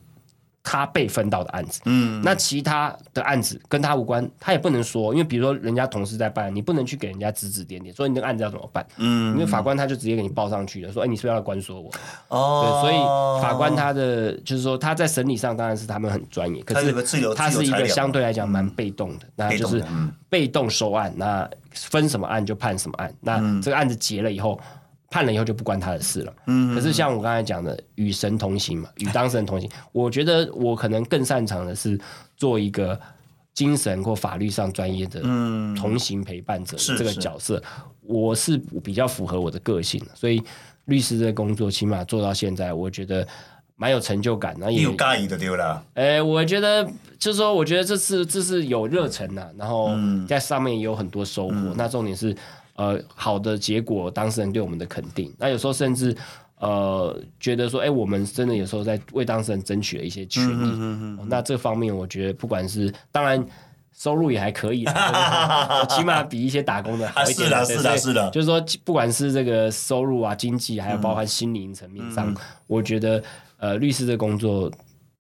S3: 他被分到的案子，嗯，那其他的案子跟他无关，他也不能说，因为比如说人家同事在办，你不能去给人家指指点点，说你那个案子要怎么办，嗯，因为法官他就直接给你报上去了，说，哎、你是不是要来关说我？
S2: 哦，
S3: 对，所以法官他的就是说他在审理上当然是他们很专业，可
S2: 他有个自
S3: 是
S2: 由
S3: 他
S2: 自由
S3: 是一
S2: 裁
S3: 个
S2: 量
S3: 相对来讲蛮被动的，那就
S2: 嗯被动
S3: 是
S2: 的嗯
S3: 被动收案，那分什么案就判什么案，
S2: 嗯
S3: 那这个案子结了以后。判了以后就不关他的事了。嗯，可是像我刚才讲的，与神同行嘛，与当事人同行。我觉得我可能更擅长的是做一个精神或法律上专业的同行陪伴者
S2: 嗯是
S3: 这个
S2: 是
S3: 角色，我是比较符合我的个性的，所以律师这个工作起码做到现在，我觉得蛮有成就感，然后
S2: 你
S3: 也
S2: 有介意的对啦，
S3: 呃，我觉得就是说，我觉得这次这是有热忱呐、然后
S2: 嗯
S3: 在上面也有很多收获。那重点是，呃，好的结果，当事人对我们的肯定。那有时候甚至呃，觉得说，哎、我们真的有时候在为当事人争取了一些
S2: 嗯
S3: 权益。哦那这方面，我觉得不管是当然。收入也还可 以啦，就是说起码比一些打工的好一点。
S2: 啊
S3: 对
S2: 是啦是啦
S3: 所以
S2: 是啦
S3: 就是说，不管是这个收入啊、经济，还有包含心灵层面
S2: 嗯
S3: 上，我觉得呃，律师
S2: 嗯
S3: 啊这工作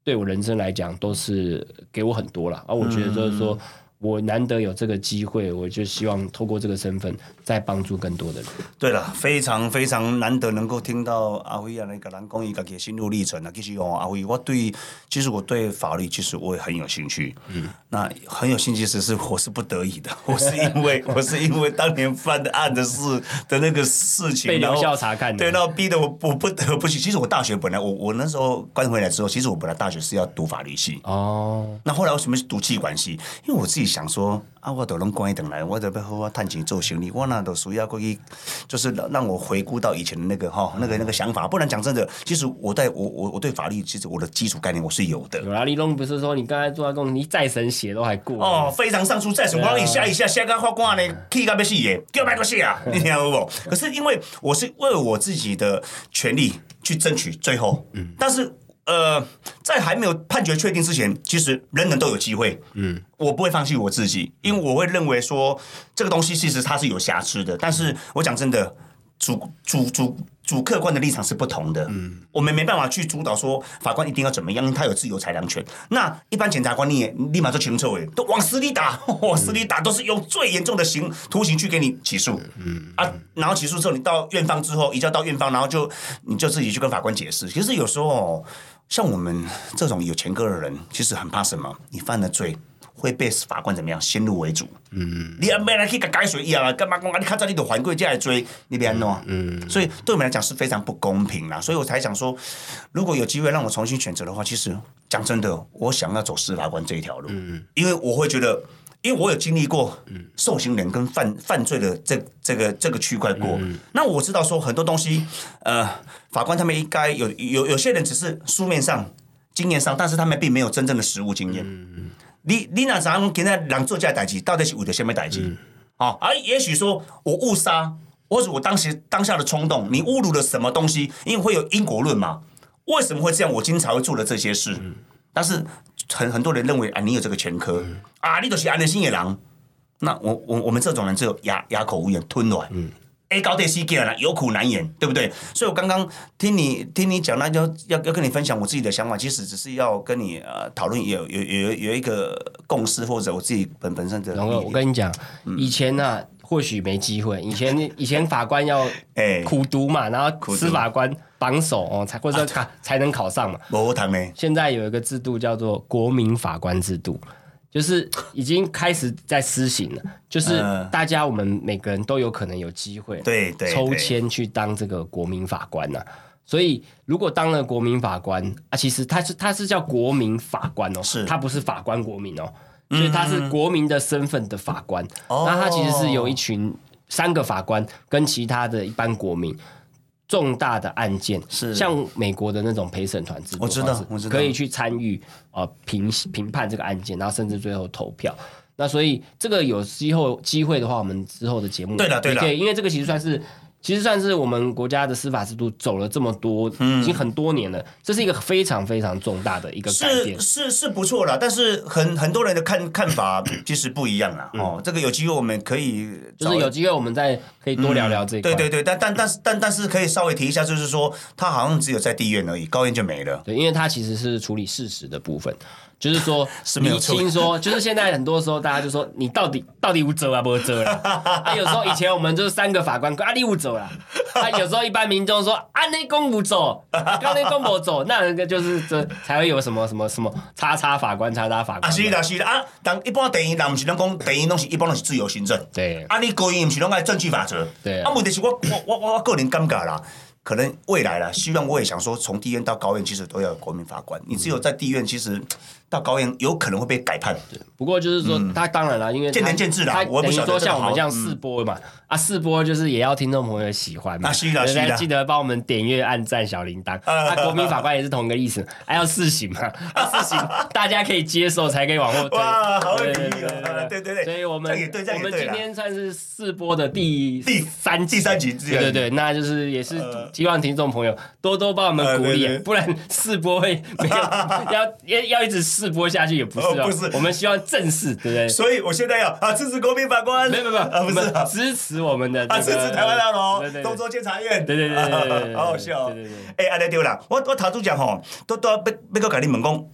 S3: 对我人生来讲都是给我很多了。而、我觉得就是说，我难得有这个机会，我就希望透过这个身份再帮助更多的人。
S2: 对了，非常非常难得能够听到阿辉啊，那个蓝公伊家己的心路历程啊。其实哦，阿辉，我对其实我对法律其实我也很有兴趣。嗯，那很有兴趣，只是我是不得已的， 我是因 为我是因为当年犯的案的事的那个事情，
S3: 被留
S2: 然后
S3: 校察看的
S2: 对，然后逼得我我不得不去。其实我大学本来我我那时候关回来之后，其实我本来大学是要读法律系。
S3: 哦，
S2: 那后来为什么是毒气关系？因为我自己想说，啊，我都能关一等来，我得要好好探钱做生意，我那都需要过去，就是让我回顾到以前的那个哈、那个那个想法。不然讲真的，其实我在我我我对法律，其实我的基础概念我是有的。
S3: 有啦，立龙不是说你刚才做阿公，你再神写都还过
S2: 哦，非常上诉再审，我让你下一下下个法官呢，气到要死耶，叫卖个死 啊，你听有无？可是因为我是为我自己的权利去争取，最后，嗯，但是呃，在还没有判决确定之前，其实人人都有机会，嗯，我不会放弃我自己，因为我会认为说这个东西其实它是有瑕疵的，但是我讲真的，主主主主客观的立场是不同的，嗯，我们没办法去主导说法官一定要怎么样，因为他有自由裁量权。那一般检察官你也立马就清楚哎，都往死里打， 往死里打都是用最严重的刑徒刑去给你起诉，嗯啊，然后起诉之后你到院方之后移交到院方，然后就你就自己去跟法官解释。其实有时候哦像我们这种有前科的人，其实很怕什么？你犯了罪。会被法官怎么样？先入为主。嗯，你安没来去改改水伊啊？干嘛讲啊？你看在你的还贵再来追，你别安弄。嗯，所以对我们来讲是非常不公平啦。所以我才想说，如果有机会让我重新选择的话，其实讲真的，我想要走司法官这一条路。嗯，因为我会觉得。因为我有经历过受刑人跟犯犯罪的这这个这个区块过，那我知道说很多东西，呃，法官他们应该有有有些人只是书面上、经验上，但是他们并没有真正的实务经验。你你哪知影今天人做这代志到底是为了什么代志？哦，而、也许说我误杀，或者我当时当下的冲动，你侮辱了什么东西？因为会有因果论嘛。为什么会这样？我今天才会做了这些事。
S3: 嗯
S2: 但是很很多人认为啊，你有这个前科、
S3: 嗯
S2: 啊，你就是安德心野狼。那我我我们这种人只有哑哑口无言，吞软。A
S3: 嗯
S2: 高对 C 高了，有苦难言，对不对？所以我刚刚听你听你讲，那就要要跟你分享我自己的想法，其实只是要跟你呃讨论有有有有一个共识，或者我自己本本身的
S3: 然后我
S2: 立
S3: 跟你讲，
S2: 嗯
S3: 以前呢、啊、或许没机会，以前以前法官要
S2: 哎
S3: 苦读嘛，然后
S2: 读
S3: 司法官榜首哦，才或者说考才能考上嘛。
S2: 无谈呢，
S3: 现在有一个制度叫做国民法官制度，就是已经开始在施行了，就是
S2: 嗯
S3: 大家我们每个人都有可能有机会
S2: 对对
S3: 抽
S2: 对
S3: 签去当这个国民法官呐、所以，如果当了国民法官啊，其实他是他是叫国民法官哦，
S2: 是嗯
S3: 他不是法官国民哦，所以他是国民的身份的法官。
S2: 哦
S3: 那他其实是有一群三个法官跟其他的一般国民。重大的案件
S2: 是
S3: 像美国的那种陪审团制度
S2: 我知道
S3: 的方式
S2: 我知道
S3: 可以去参与呃评评判这个案件，然后甚至最后投票。那所以这个有机后机会的话，我们之后的节目
S2: 对了对了
S3: 也可以因为这个其实算是。其实算是我们国家的司法制度走了这么多，
S2: 嗯
S3: 已经很多年了，这是一个非常非常重大的一个改变
S2: 是。是是不错啦，但是很很多人的看看法 其实不一样啦。哦，这个有机会我们可以
S3: 嗯就
S2: 找
S3: 是有机会我们再可以多聊聊这一块。
S2: 嗯对对对，但但但是但但是可以稍微提一下，就是说他好像只有在地院而已，高院就没了。
S3: 对，因为它其实是处理事实的部分，就是说
S2: 是没有
S3: 厘
S2: 错
S3: 清说，就是现在很多时候大家就说你到底到底无责啊不责啦，啊有时候以前我们就是三个法官啊你无责啦，啊有时候一般民众说啊内公不走，刚内公不走，那那个就是这才会有什么什么什么叉叉法官叉叉法
S2: 啊，
S3: 官，
S2: 是啦是啦，啊，但一般电影人毋是拢讲电影拢是一般拢是自由行政，
S3: 对
S2: 啊，你高院毋是拢爱证据法则，
S3: 对啊
S2: 啊，问题是我我我我我个人尴尬啦。可能未来啦，希望我也想说，从地院到高院其实都要有国民法官。你只有在地院，其实到高院有可能会被改判。
S3: 不过就是说，他当然了，因为
S2: 嗯见
S3: 他
S2: 仁见智啦
S3: 他
S2: 我也不
S3: 等于
S2: 晓得
S3: 说
S2: 这个
S3: 像我们
S2: 好嗯
S3: 这样试播嘛，啊，试播就是也要听众朋友喜欢嘛。
S2: 啊是啦
S3: 对不对
S2: 是啦
S3: 记得帮我们点阅、按赞、小铃铛。 啊，国民法官也是同个意思，还要试行嘛，啊试 行大家可以接受才可以往后推。
S2: 哇好
S3: 对
S2: 有
S3: 对
S2: 理
S3: 对
S2: 哦啊对对对
S3: 所以我们
S2: 这样也对这样也
S3: 我们
S2: 对
S3: 今
S2: 啦
S3: 天算是试播的第
S2: 第
S3: 三集
S2: 第三集第
S3: 对
S2: 三
S3: 对
S2: 集
S3: 对，那就是也是希望听众朋友多多帮我们鼓励
S2: 呃呃对对，
S3: 不然试播会没 有要要要一直试播下去也不是哦
S2: 哦不是
S3: 我们希望正视，对不对？
S2: 所以我现在要啊支持国民法官，
S3: 没有没有没有，
S2: 啊不是
S3: 我们
S2: 啊，
S3: 支持我们的这个
S2: 啊支持台湾大楼
S3: 对对对、
S2: 东州监察院，
S3: 对对对对对对对
S2: 好好笑哦
S3: 对对对。
S2: 哎，安尼对啦，我我头拄讲吼，都都要要要搁甲你问讲，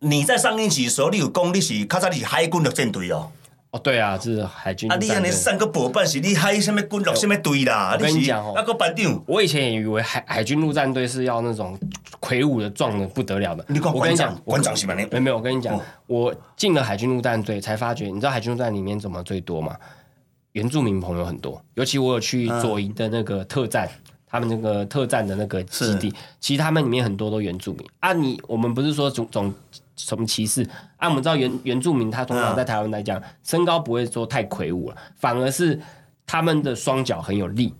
S2: 你在上一期的时候，你有讲你是较早你是海军陆战队哦，
S3: 哦，对啊，这是海军
S2: 啊，你
S3: 战
S2: 安尼
S3: 队。
S2: 上个博班是你海什么军陆什么队啦？
S3: 我跟你
S2: 是
S3: 讲哦
S2: 那个班长，
S3: 我以前也以为海海军陆战队是要那种魁梧的、壮的不得了的。
S2: 你看
S3: 我跟
S2: 馆
S3: 你讲
S2: 长，，馆长是吧？你
S3: 没有没有，我跟你讲
S2: 哦，
S3: 我进了海军陆战队才发觉，你知道海军陆战里面怎么最多吗？原住民朋友很多，尤其我有去
S2: 嗯
S3: 左营的那个特战，他们那个特战的那个基地，其实他们里面很多都原住民啊你。我们不是说种种什么歧视啊，我们知道原原住民他通常在台湾来讲，身高不会说太魁梧了，反而是他们的双脚很有力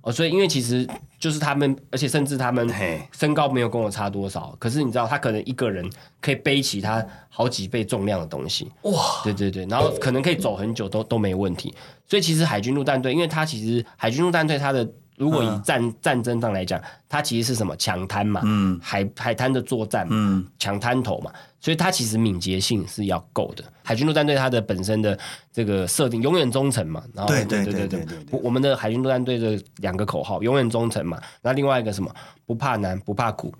S3: 哦，所以因为其实就是他们，而且甚至他们
S2: 嘿
S3: 身高没有跟我差多少，可是你知道他可能一个人可以背起他好几倍重量的东西，
S2: 哇，
S3: 对对对，然后可能可以走很久都都没问题。所以其实海军陆战队，因为它其实海军陆战队它的如果
S2: 嗯
S3: 以战、战争上来讲，它其实是什么抢滩嘛，嗯，海海滩的作战嘛，嗯，抢滩头嘛，所以它其实敏捷性是要够的。海军陆战队它的本身的这个设定永远忠诚嘛，然后
S2: 对
S3: 对
S2: 对对
S3: 对
S2: 对对对
S3: 我我们的海军陆战队的两个口号永远忠诚嘛，那另外一个什么不怕难不怕苦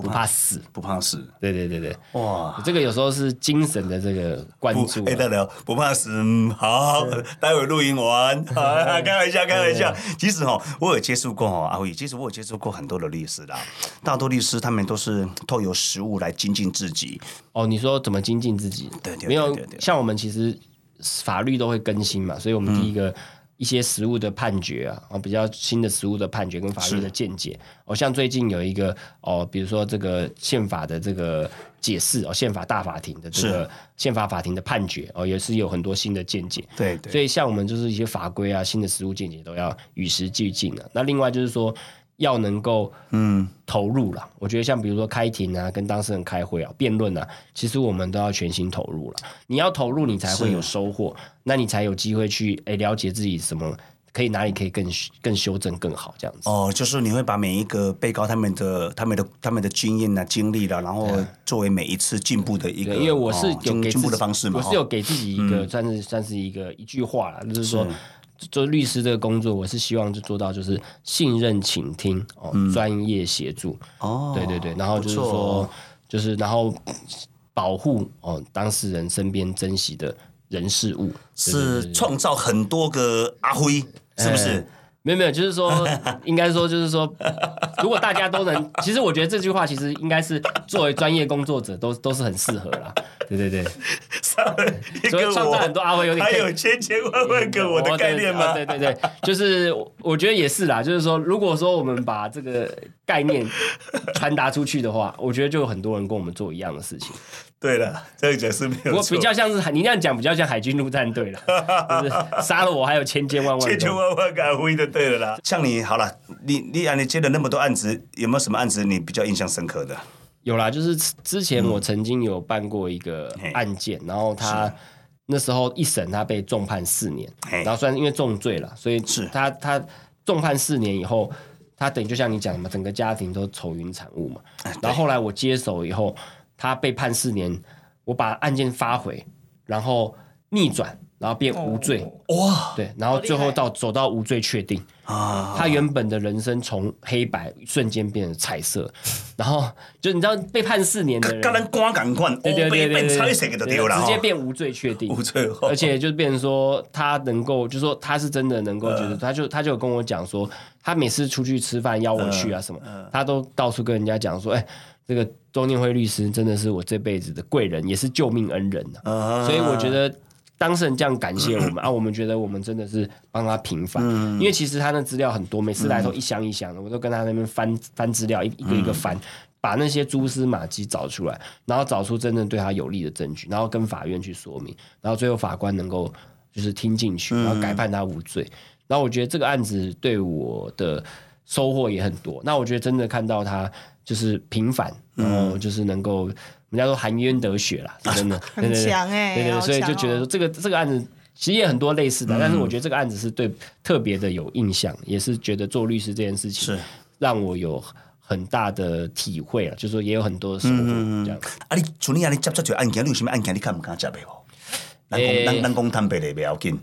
S3: 不怕死，
S2: 不怕死
S3: 对对对对，
S2: 哇！
S3: 这个有时候是精神的这个关注、啊
S2: 不，哎，。大聊，不怕死。嗯，好，待会录音 完，啊开玩笑，开玩笑。
S3: 嗯
S2: 其实哈，我有接触过哦，阿辉，其实我有接触过很多的律师啦，大多律师他们都是透由食物来精进自己。
S3: 哦，你说怎么精进自己？
S2: 对对对
S3: 没有
S2: 对对
S3: 像我们其实法律都会更新嘛，所以我们
S2: 嗯
S3: 第一个。一些食物的判决啊，啊，比较新的食物的判决跟法律的见解，哦，像最近有一个哦，比如说这个宪法的这个解释哦，宪法大法庭的这个宪法法庭的判决哦，也是有很多新的见解。
S2: 对对
S3: 所以像我们就是一些法规啊、新的实务见解都要与时俱进啊。那另外就是说要能够嗯投入啦，我觉得像比如说开庭啊、跟当事人开会啊、辩论啊，其实我们都要全心投入了。你要投入，你才会有收获，那你才有机会去诶、了解自己什么可以哪里可以更更修正更好这样子。
S2: 哦，就是你会把每一个被告他们的、他们的、他们的经验啊、经历啦，然后作为每一次进步的一个，
S3: 嗯对，因为我是
S2: 哦
S3: 有
S2: 进
S3: 给自
S2: 进
S3: 己，
S2: 步的方式嘛，哦嗯
S3: 我是有给自己一个、算是算是一个一句话啦，就是说。做律师这个工作，我是希望就做到就是信任、倾听哦，专业协助，
S2: 嗯哦，
S3: 对对对，然后就是
S2: 不错
S3: 说，就是然后保护哦当事人身边珍惜的人事物，对对对
S2: 是创造很多个阿辉，是不
S3: 嗯
S2: 是？
S3: 没有没有，就 是说，应该说就是说，如果大家都能，其实我觉得这句话其实应该是作为专业工作者都都是很适合啦，对 对对。
S2: 一
S3: 所以
S2: 个
S3: 创造很多
S2: 我，
S3: 阿辉有点
S2: 还
S3: 配
S2: 有千千万万个我的概念
S3: 哦
S2: 吗？
S3: 对对对，对就是我我觉得也是啦，就是说，如果说我们把这个概念传达出去的话，我觉得就有很多人跟我们做一样的事情。
S2: 对了，这样讲是没
S3: 不
S2: 有
S3: 过
S2: 错，
S3: 比较像是海你那样讲，比较像海军陆战队了，就是杀了我还有千千万 万
S2: 千
S3: 人。
S2: 千万万个安徽就对了啦。像你好了，你你啊，你接了那么多案子，有没有什么案子你比较印象深刻的？
S3: 有啦，就是之前
S2: 嗯
S3: 我曾经有办过一个案件，然后他那时候一审他被重判四年，
S2: 嘿
S3: 然后算是因为重罪了，所以
S2: 是
S3: 他他重判四年以后，他等于就像你讲的嘛，整个家庭都愁云惨雾嘛。
S2: 哎
S3: 然后后来我接手以后，他被判四年，我把案件发回，然后逆转，然后变无罪，
S2: 哦哇
S3: 对，然后最
S1: 好
S3: 后
S1: 厉害
S3: 到走到无罪确定。
S2: 啊！
S3: 他原本的人生从黑白瞬间变成彩色，然后就你知道被判四年的 人，
S2: 跟咱官赶快，哦
S3: 对对对对
S2: 变
S3: 对
S2: 彩色就
S3: 对，
S2: 对了，
S3: 直接变无罪确定
S2: 哦。无罪哦
S3: 而且就变成说，他能够，就说他是真的能够，
S2: 嗯
S3: 就是他就他就有跟我讲说，他每次出去吃饭邀我
S2: 嗯
S3: 去啊什么，他都到处跟人家讲说，哎，这个周念辉律师真的是我这辈子的贵人，也是救命恩人啊。
S2: 啊
S3: 所以我觉得当事人这样感谢我们啊，我们觉得我们真的是帮他平反，因为其实他那资料很多，每次来都一箱一箱的，我都跟他那边翻翻资料，一一个一个翻。把那些蛛丝马迹找出来，然后找出真正对他有利的证据，然后跟法院去说明，然后最后法官能够就是听进去，然后改判他无罪。然后我觉得这个案子对我的收获也很多。那我觉得真的看到他就是平反，然后
S1: 嗯
S3: 就是能够，人家说含冤得雪 啦，是真的，
S1: 很
S3: 对对对
S1: 强欸
S3: 对对
S1: 好
S3: 对，所以
S1: 强
S3: 就觉得
S1: 哦嗯
S3: 说这个这个案子。其实也很多类似的，但是我觉得这个案子是对特别的有印象，也是觉得做律师这件事情
S2: 是
S3: 让我有很大的体会了，就是说也有很多的收
S1: 嗯
S3: 获这样。
S2: 啊，你像你啊，你接这多案件，你有什么案件你敢不敢接的无？咱讲
S3: 诶
S2: 咱咱讲坦白的不要紧，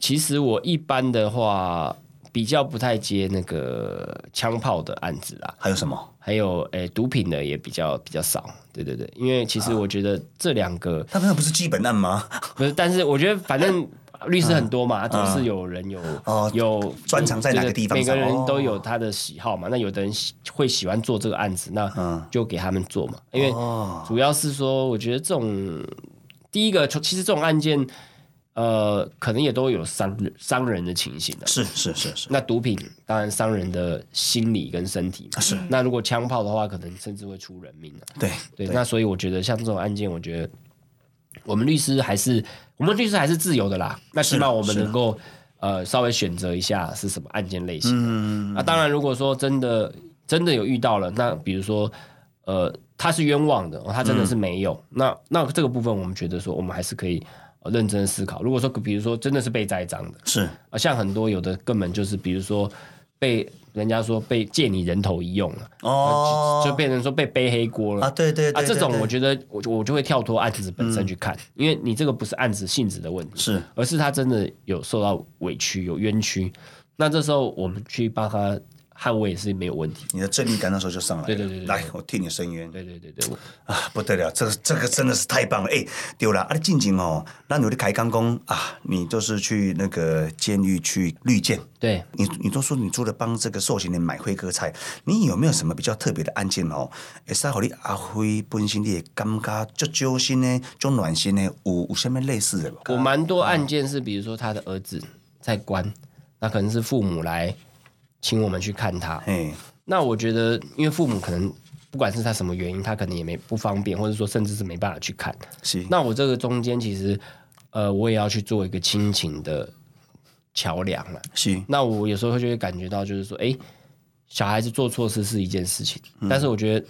S3: 其实我一般的话，比较不太接那个枪炮的案子啦，
S2: 还有什么？
S3: 还有诶、毒品的也比较比较少。对对对，因为其实
S2: 啊
S3: 我觉得这两个、
S2: 他们那不是基本案吗？
S3: 不是，但是我觉得反正律师很多嘛，啊总是有人有、
S2: 嗯哦
S3: 有
S2: 专长在哪个地方
S3: 每个
S2: 上
S3: 人
S2: 哦
S3: 都有他的喜好嘛。那有的人喜会喜欢做这个案子，
S2: 嗯
S3: 那就给他们做嘛。因为
S2: 哦
S3: 主要是说，我觉得这种第一个，其实这种案件，呃，可能也都有伤人伤人的情形啊的、
S2: 是是是是，
S3: 那毒品当然伤人的心理跟身体嘛。是。那如果枪炮的话，可能甚至会出人命啊。
S2: 对
S3: 对，那所以我觉得像这种案件，我觉得我们律师还是我们律师还是自由的啦。那起码我们能够呃稍微选择一下是什么案件类型。嗯，那当然，如果说真的真的有遇到了，那比如说呃他是冤枉的，哦他真的是没有，那那这个部分我们觉得说我们还是可以。呃认真思考，如果说比如说真的是被栽赃的，
S2: 是
S3: 啊，像很多有的根本就是，比如说被人家说被借你人头一用了，
S2: 哦
S3: 就就变成说被背黑锅了
S2: 啊，对对
S3: 啊，
S2: 对，
S3: 这
S2: 对嗯
S3: 种
S2: 对
S3: 我觉得我就我就会跳脱案子本身去看，因为你这个不是案子性质的问题，
S2: 是
S3: 而是他真的有受到委屈、有冤屈，那这时候我们去帮他捍卫也是没有问题。
S2: 你的正义感那时候就上来了，
S3: 对对对对对
S2: 来我替你伸冤，
S3: 对对对对，我
S2: 啊，不得了，这个这个真的是太棒了！哎，对了，啊，你静静哦，那你的开刚工啊，你就是去那个监狱去绿建。
S3: 对
S2: 你你都说你除了帮这个受刑人买辉哥菜，你有没有什么比较特别的案件哦？会使互你阿辉本身你的感觉足揪心呢，足暖心呢，有有什么类似的无？
S3: 我蛮多案件是，比如说他的儿子在关，那可能是父母来请我们去看他，
S2: 嘿，
S3: 那我觉得，因为父母可能不管是他什么原因，他可能也没不方便，或者说甚至是没办法去看。
S2: 是
S3: 那我这个中间其实，呃，我也要去做一个亲情的桥梁了。
S2: 是
S3: 那我有时候就会感觉到，就是说，哎、小孩子做错事是一件事情，但是我觉得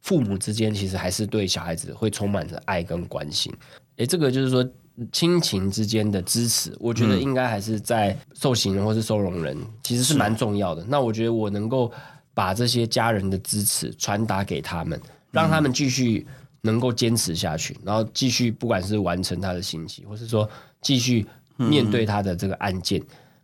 S3: 父母之间其实还是对小孩子会充满着爱跟关心。哎、这个就是说亲情之间的支持，我觉得应该还是在受刑人或是收容人其实是蛮重要的。那我觉得我能够把这些家人的支持传达给他们，让他们继续。能够坚持下去，然后继续，不管是完成他的刑期，或是说继续面对他的这个案件，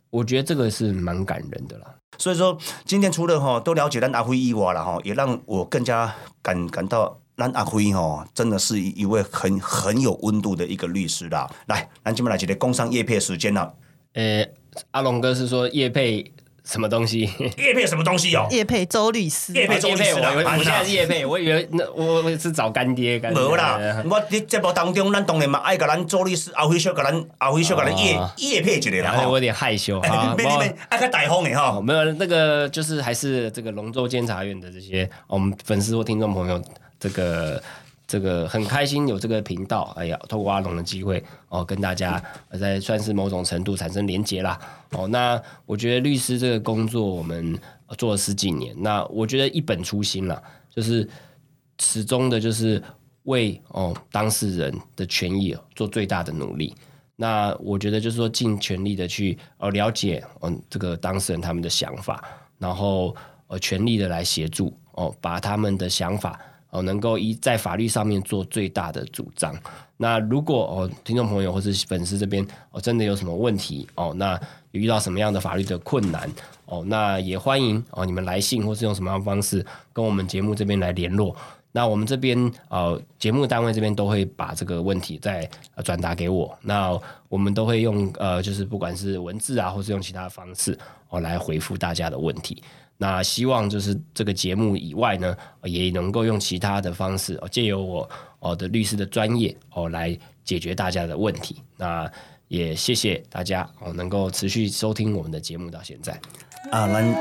S3: 我觉得这个是蛮感人的啦。
S2: 所以说，今天除了哈都了解咱阿辉以外了哈，也让我更加感感到咱阿辉哈真的是一位很很有温度的一个律师啦。来，咱今天来几个工商叶片时间啦，
S3: 呃、阿龙哥是说叶配什么东西？
S2: 叶片什么东西哦？
S1: 叶佩周律师，
S2: 叶佩周
S3: 叶
S2: 律师啊
S3: 配我
S2: 啦
S3: 以为
S2: 安
S3: 我
S2: 娜
S3: 现在是叶配，我以为那我我是找干爹干爹。
S2: 无啦，我伫节目当中，咱当然嘛爱甲咱周律师阿辉小甲咱阿辉小甲咱叶
S3: 啊
S2: 叶配一个啦
S3: 然后我
S2: 吼
S3: 有。点害羞
S2: 哎
S3: 啊。
S2: 你你你
S3: 我
S2: 爱较大方的
S3: 哦，
S2: 吼，
S3: 没有，那个就是还是这个龙州监察院的这些哦我们粉丝或听众朋友，这个这个很开心有这个频道，哎呀，透过阿龙的机会哦，跟大家呃在算是某种程度产生连结啦。哦，那我觉得律师这个工作我们呃做了十几年，那我觉得一本初心啦，就是始终的就是为哦当事人的权益、哦、做最大的努力。那我觉得就是说尽全力的去呃了解嗯、这个当事人他们的想法，然后呃全力的来协助哦、把他们的想法哦、能够一在法律上面做最大的主张。那如果哦听众朋友或是粉丝这边哦真的有什么问题哦，那有遇到什么样的法律的困难哦，那也欢迎哦你们来信或是用什么样的方式跟我们节目这边来联络。那我们这边呃，节目单位这边都会把这个问题再呃转达给我，那我们都会用呃，就是不管是文字啊，或是用其他方式哦来回复大家的问题。那希望就是这个节目以外呢，呃也能够用其他的方式哦，借由我哦的律师的专业哦来解决大家的问题。那也谢谢大家哦，能够持续收听我们的节目到现在。
S2: 啊，咱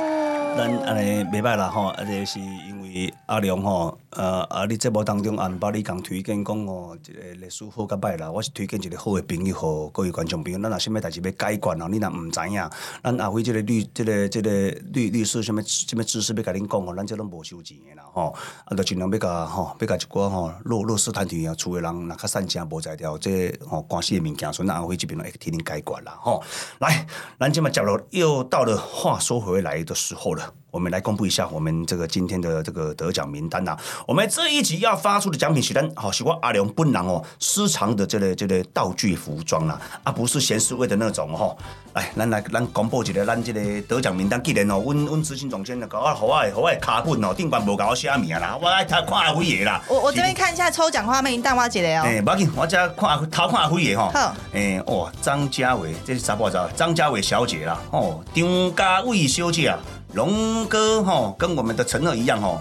S2: 咱安尼袂歹啦吼，啊，这是因为阿良吼，呃，啊，你节目当中也毋捌你共推荐讲哦，一个历史好甲歹啦，我是推荐一个好的朋友互各位观众朋友，咱若啥物代志要解决吼，你若毋知影，咱阿辉即个律，即、个即、个律律师啥物啥物知识要甲恁讲吼，咱这拢无收钱的啦吼，啊，就尽量要甲吼，要甲一寡吼弱弱势团体啊，厝的人若较善正无才调，这吼官司的物件，所以咱阿辉即边会替恁解决啦吼。来，咱即嘛接落又到了话说回来的时候了。我们来公布一下我们这个今天的这个得奖名单呐、我们这一集要发出的奖品是咱好喜欢阿良本人哦私藏的这类、这类道具服装啦、啊，不是闲事味的那种哦。来，咱来咱公布一个咱这个得奖名单，既然哦，阮阮执行总监那个啊，好我的好我的卡本哦，顶管无甲我写名啦，我爱他看阿辉的啦。
S1: 我我这边看一下抽奖画面，淡我几个哦。
S2: 诶，不要紧，我这看头看阿辉的吼
S1: 好。
S2: 诶，哦，张家伟，这是查甫查？张家伟小姐啦，哦，张家伟小姐啊，龙哥吼、跟我们的陈二一样吼、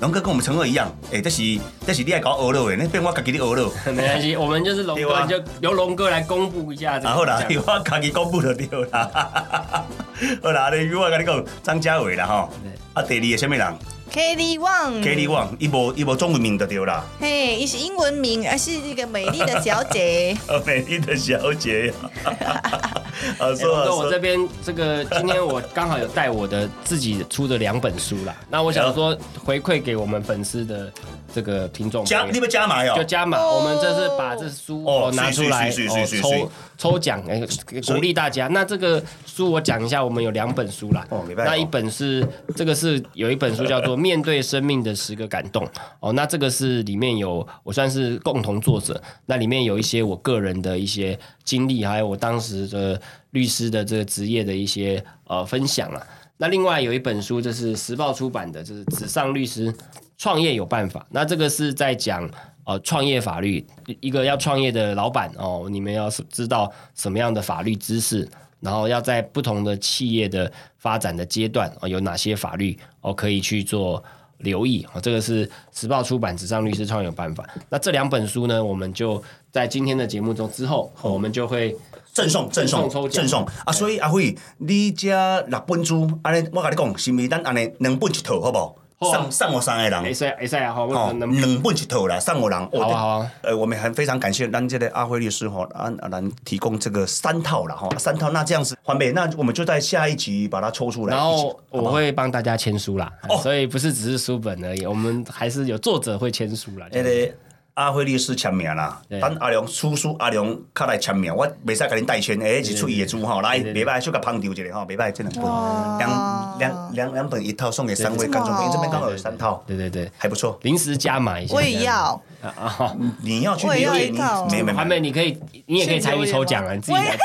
S2: 龙哥跟我们陈二一样，诶、这是这是你爱搞鹅肉的，那变我自己的鹅肉。
S3: 没关系，我们就是龙
S2: 对
S3: 哥，
S2: 啊
S3: 你就由龙哥来公布一下 这
S2: 啊，好
S3: 个
S2: 啦
S3: 奖，
S2: 由我家己公布就对啦。 好啦，你我甲你讲，张家伟啦吼，啊，第二个什么人
S1: Kelly Wang。
S2: ？Kelly Wang，伊无伊无中文名就对 啦。
S1: 嘿，伊是英文名，而是一个美丽的小姐。
S2: 啊，美丽的小姐， 啊，
S3: 哎龙
S2: 说啊
S3: 哥，我
S2: 说
S3: 这，边这个今天我刚好有带我的自己出的两本书啦， 那我想说回馈给我们粉丝的这个听众朋
S2: 加
S3: 友
S2: 你。们加码哟
S3: 就。加码，
S1: 哦
S3: 我们这次把这书
S2: 哦
S3: 哦拿出来
S2: 是是是
S3: 哦
S2: 是是
S3: 抽抽奖，哎，鼓励大家。那这个书我讲一下，我们有两本书啦
S2: 哦没。办法
S3: 那一本是这个是有一本书叫做《面对生命的十个感动》哦，那这个是里面有我算是共同作者，那里面有一些我个人的一些经历，还有我当时的律师的这个职业的一些呃分享啊。那另外有一本书，这是时报出版的，就是《纸上律师创业有办法》。那这个是在讲呃创业法律，一个要创业的老板哦，你们要是知道什么样的法律知识，然后要在不同的企业的发展的阶段哦，有哪些法律哦可以去做留意啊、哦。这个是时报出版《纸上律师创业有办法》。那这两本书呢，我们就在今天的节目中之后，哦我们就会
S2: 赠送赠送
S3: 赠送抽奖
S2: 赠送啊！所以阿辉，你遮六本书，安尼我甲你讲，是毋是咱安尼两本一套，好不
S3: 好
S2: 好？
S3: 啊
S2: 送送我三个
S3: 哎
S2: 人，
S3: 塞哎塞啊，好，
S2: 哦
S3: 我，能
S2: 两本一套啦，送我人。哦
S3: 好啊好啊，
S2: 呃，我们很非常感谢咱这个阿辉律师哈，安阿兰提供这个三套了哈，三套。那这样子，环美，那我们就在下一集把它抽出来。
S3: 然
S2: 一起
S3: 后我会帮大家签书啦，哎
S2: 哦
S3: 所以不是只是书本而已，我们还是有作者会签书啦。
S2: 那个阿辉律师签名啦，
S3: 对
S2: 等阿良叔叔阿良较来签名，我袂使甲恁代签，哎，是出伊的书吼，来，
S3: 对
S2: 袂
S3: 对
S2: 歹，小甲捧场一下吼，袂歹，这两
S1: 哇
S2: 本，两两两两本一套送给三位
S1: 对对
S2: 观众朋友，
S1: 这
S2: 这
S1: 么好
S2: 边刚好有三套，
S3: 对对对，
S2: 还不错。
S3: 临时加码一下。
S1: 我也要，哦
S2: 你要去
S1: 我也
S2: 留
S1: 要
S2: 言，
S1: 一
S2: 你
S1: 套
S2: 没有没有
S3: 韩
S2: 没
S3: 妹，
S2: 有，
S3: 你可以，你也可以参与抽奖啊，你自己来，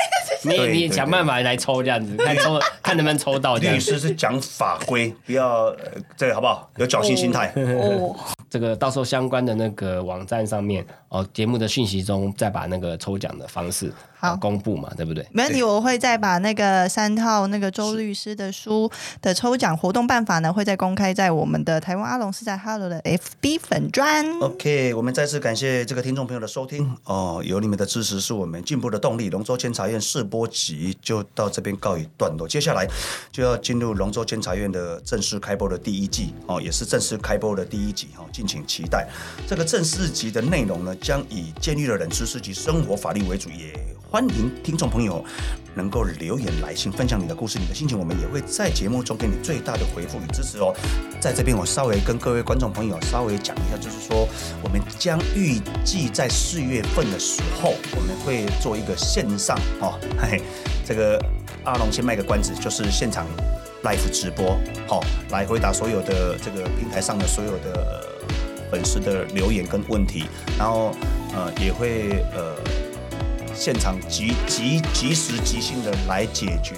S3: 你也你也想办法来抽这样子，看抽看能不能抽到这样
S2: 律。师是讲法规，不要呃这个好不好？有侥幸心态。
S1: 哦，
S3: 这个到时候相关的那个网站上面哦，节目的讯息中再把那个抽奖的方式啊
S1: 好
S3: 公布嘛，对不对？
S1: 没问题，我会再把那个三套那个周律师的书的抽奖活动办法呢，会再公开在我们的台湾阿龙是在 Hello 的 FB 粉砖。
S2: OK，我们再次感谢这个听众朋友的收听哦，有你们的支持是我们进步的动力。龙舟监察院试播集就到这边告一段落，接下来就要进入龙舟监察院的正式开播的第一季哦，也是正式开播的第一集哦，敬请期待。这个正式集的内容呢，将以监狱的人知识及生活法律为主，也欢迎听众朋友能够留言来信分享你的故事、你的心情，我们也会在节目中给你最大的回复与支持哦。在这边，我稍微跟各位观众朋友稍微讲一下，就是说我们将预计在四月份的时候，我们会做一个线上哦， 嘿，这个阿龙先卖个关子，就是现场 live 直播，好、来回答所有的这个平台上的所有的。呃粉丝的留言跟问题，然后呃也会呃现场及及及时即兴的来解决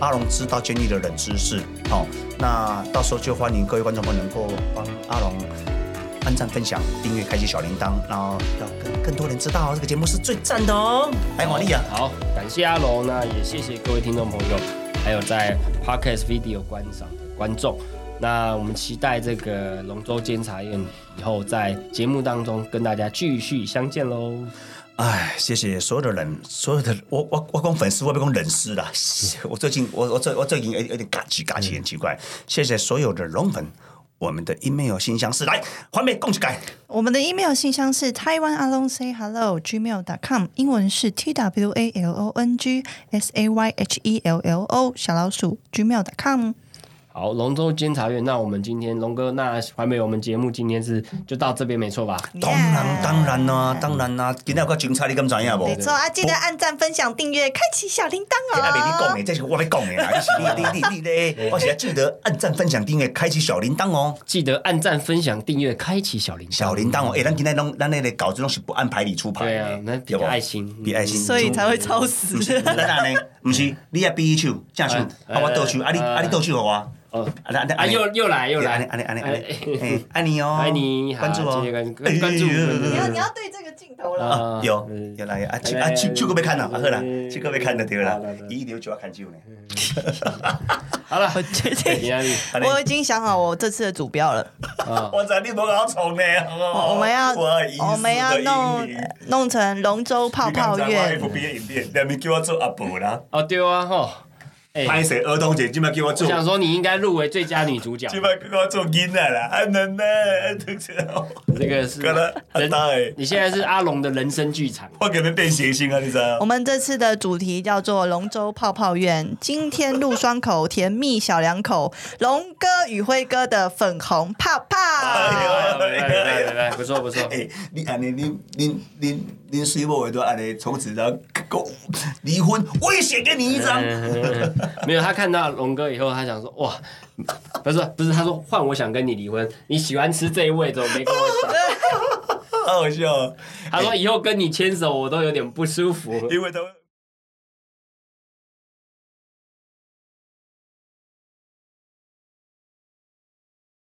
S2: 阿龙知道监狱的冷知识。好、那到时候就欢迎各位观众朋友能够帮阿龙按赞、分享、订阅、开启小铃铛，然后要跟更多人知道这个节目是最赞的哦。来，玛利亚，
S3: 好，感谢阿龙，那也谢谢各位听众朋友，还有在 Podcast Video 观赏的观众。那我们期待这个龙舟监察院以后在节目当中跟大家继续相见喽。
S2: 哎，谢谢所有的人，所有的我我我讲粉丝，我不讲人丝啦。啊我最近我我最我最近有有点嘎叽嘎叽，很奇怪。谢谢所有的龙粉，我们的 email 信箱是来环美共起改。
S1: 我们的 email 信箱是台湾阿龙 say hello gmail.com，英文是 t w a l o n g s a y h e l l o 小老鼠 gmail.com。
S3: 好，龙舟监察院，那我们今天龙哥，那还没有我们节目今天是就到这边没错吧？
S2: 当然当然啦、当然啦、今天有较精彩，你敢知影无？
S1: 没错啊，记得按赞、分享、订阅，开启小铃铛
S2: 今仔日你讲
S1: 哦。
S2: 的，这是我咧讲的啦，你是你你你你咧，我是要记得按赞、分享、订阅，开启小铃铛哦。
S3: 记得按赞、分享、订阅、开启小铃铛。
S2: 小铃铛哦，诶、咱今天拢咱那个稿子拢是不按牌理出牌的，
S3: 对啊，那比
S2: 对不
S3: 爱心，
S2: 比爱 心，
S1: 所以才会超 时
S2: 不。是，咱安尼，毋是，你爱比手正手，
S3: 哎
S2: 啊我倒手，啊你
S3: 哎
S2: 啊你倒手互我，啊
S3: 哦
S2: 你啊你
S3: 啊，又又来又
S2: 安尼
S3: 来，
S2: 安尼安尼安
S3: 哎
S2: 尼，嘿爱你哦，
S3: 爱你好
S2: 关注哦
S3: 记得关，注
S2: 哎
S3: 关注
S1: 你要
S3: 关
S1: 你要对这个镜头了。
S3: 啊
S2: 有
S3: 嗯
S2: 有来啊手
S3: 来
S2: 啊手手个要看啦，啊好啦
S3: 嗯，
S2: 手个要看就对啦
S3: 好啦好啦，
S2: 一流就要看手呢，
S3: 好了，我决定压力
S2: 安尼
S1: 我已经想好我这次的主标了，
S3: 啊，
S2: 我知你无搞创呢，
S1: 哦我们要
S2: 我遗失
S1: 我们要
S2: 的英
S1: 弄
S2: 灵
S1: 弄成龙舟泡泡
S2: 你敢
S1: 院
S2: 知我 FB 的影片，两面叫我做阿婆啦，
S3: 哦对啊吼，哎
S2: 拍，摄儿童节，即摆叫我
S3: 我
S2: 做，
S3: 想说你应该入围最佳女主角，
S2: 即摆叫我做囡仔啦，啊奶奶，
S3: 这个是
S2: 可能很大诶，
S3: 你现在是阿龙的人生剧场，
S2: 我可能变谐星啊，你知道
S1: 我
S2: 吗？
S1: 们这次的主题叫做“龙舟泡泡院”。今天入双口，甜蜜小两口，龙哥与辉哥的粉红泡
S2: 哎呦
S1: 泡。
S3: 拜拜拜拜拜，不错不错，
S2: 哎，你安尼，恁恁恁恁水某会都安尼，从此然后离婚，我也写给你一张。
S3: 嗯没有，他看到龙哥以后，他想说哇，不是不是，他说换我想跟你离婚，你喜欢吃这一味，怎么没跟我讲？
S2: 好好笑哦，
S3: 他说以后跟你牵手我都有点不舒服。
S2: 因为他会。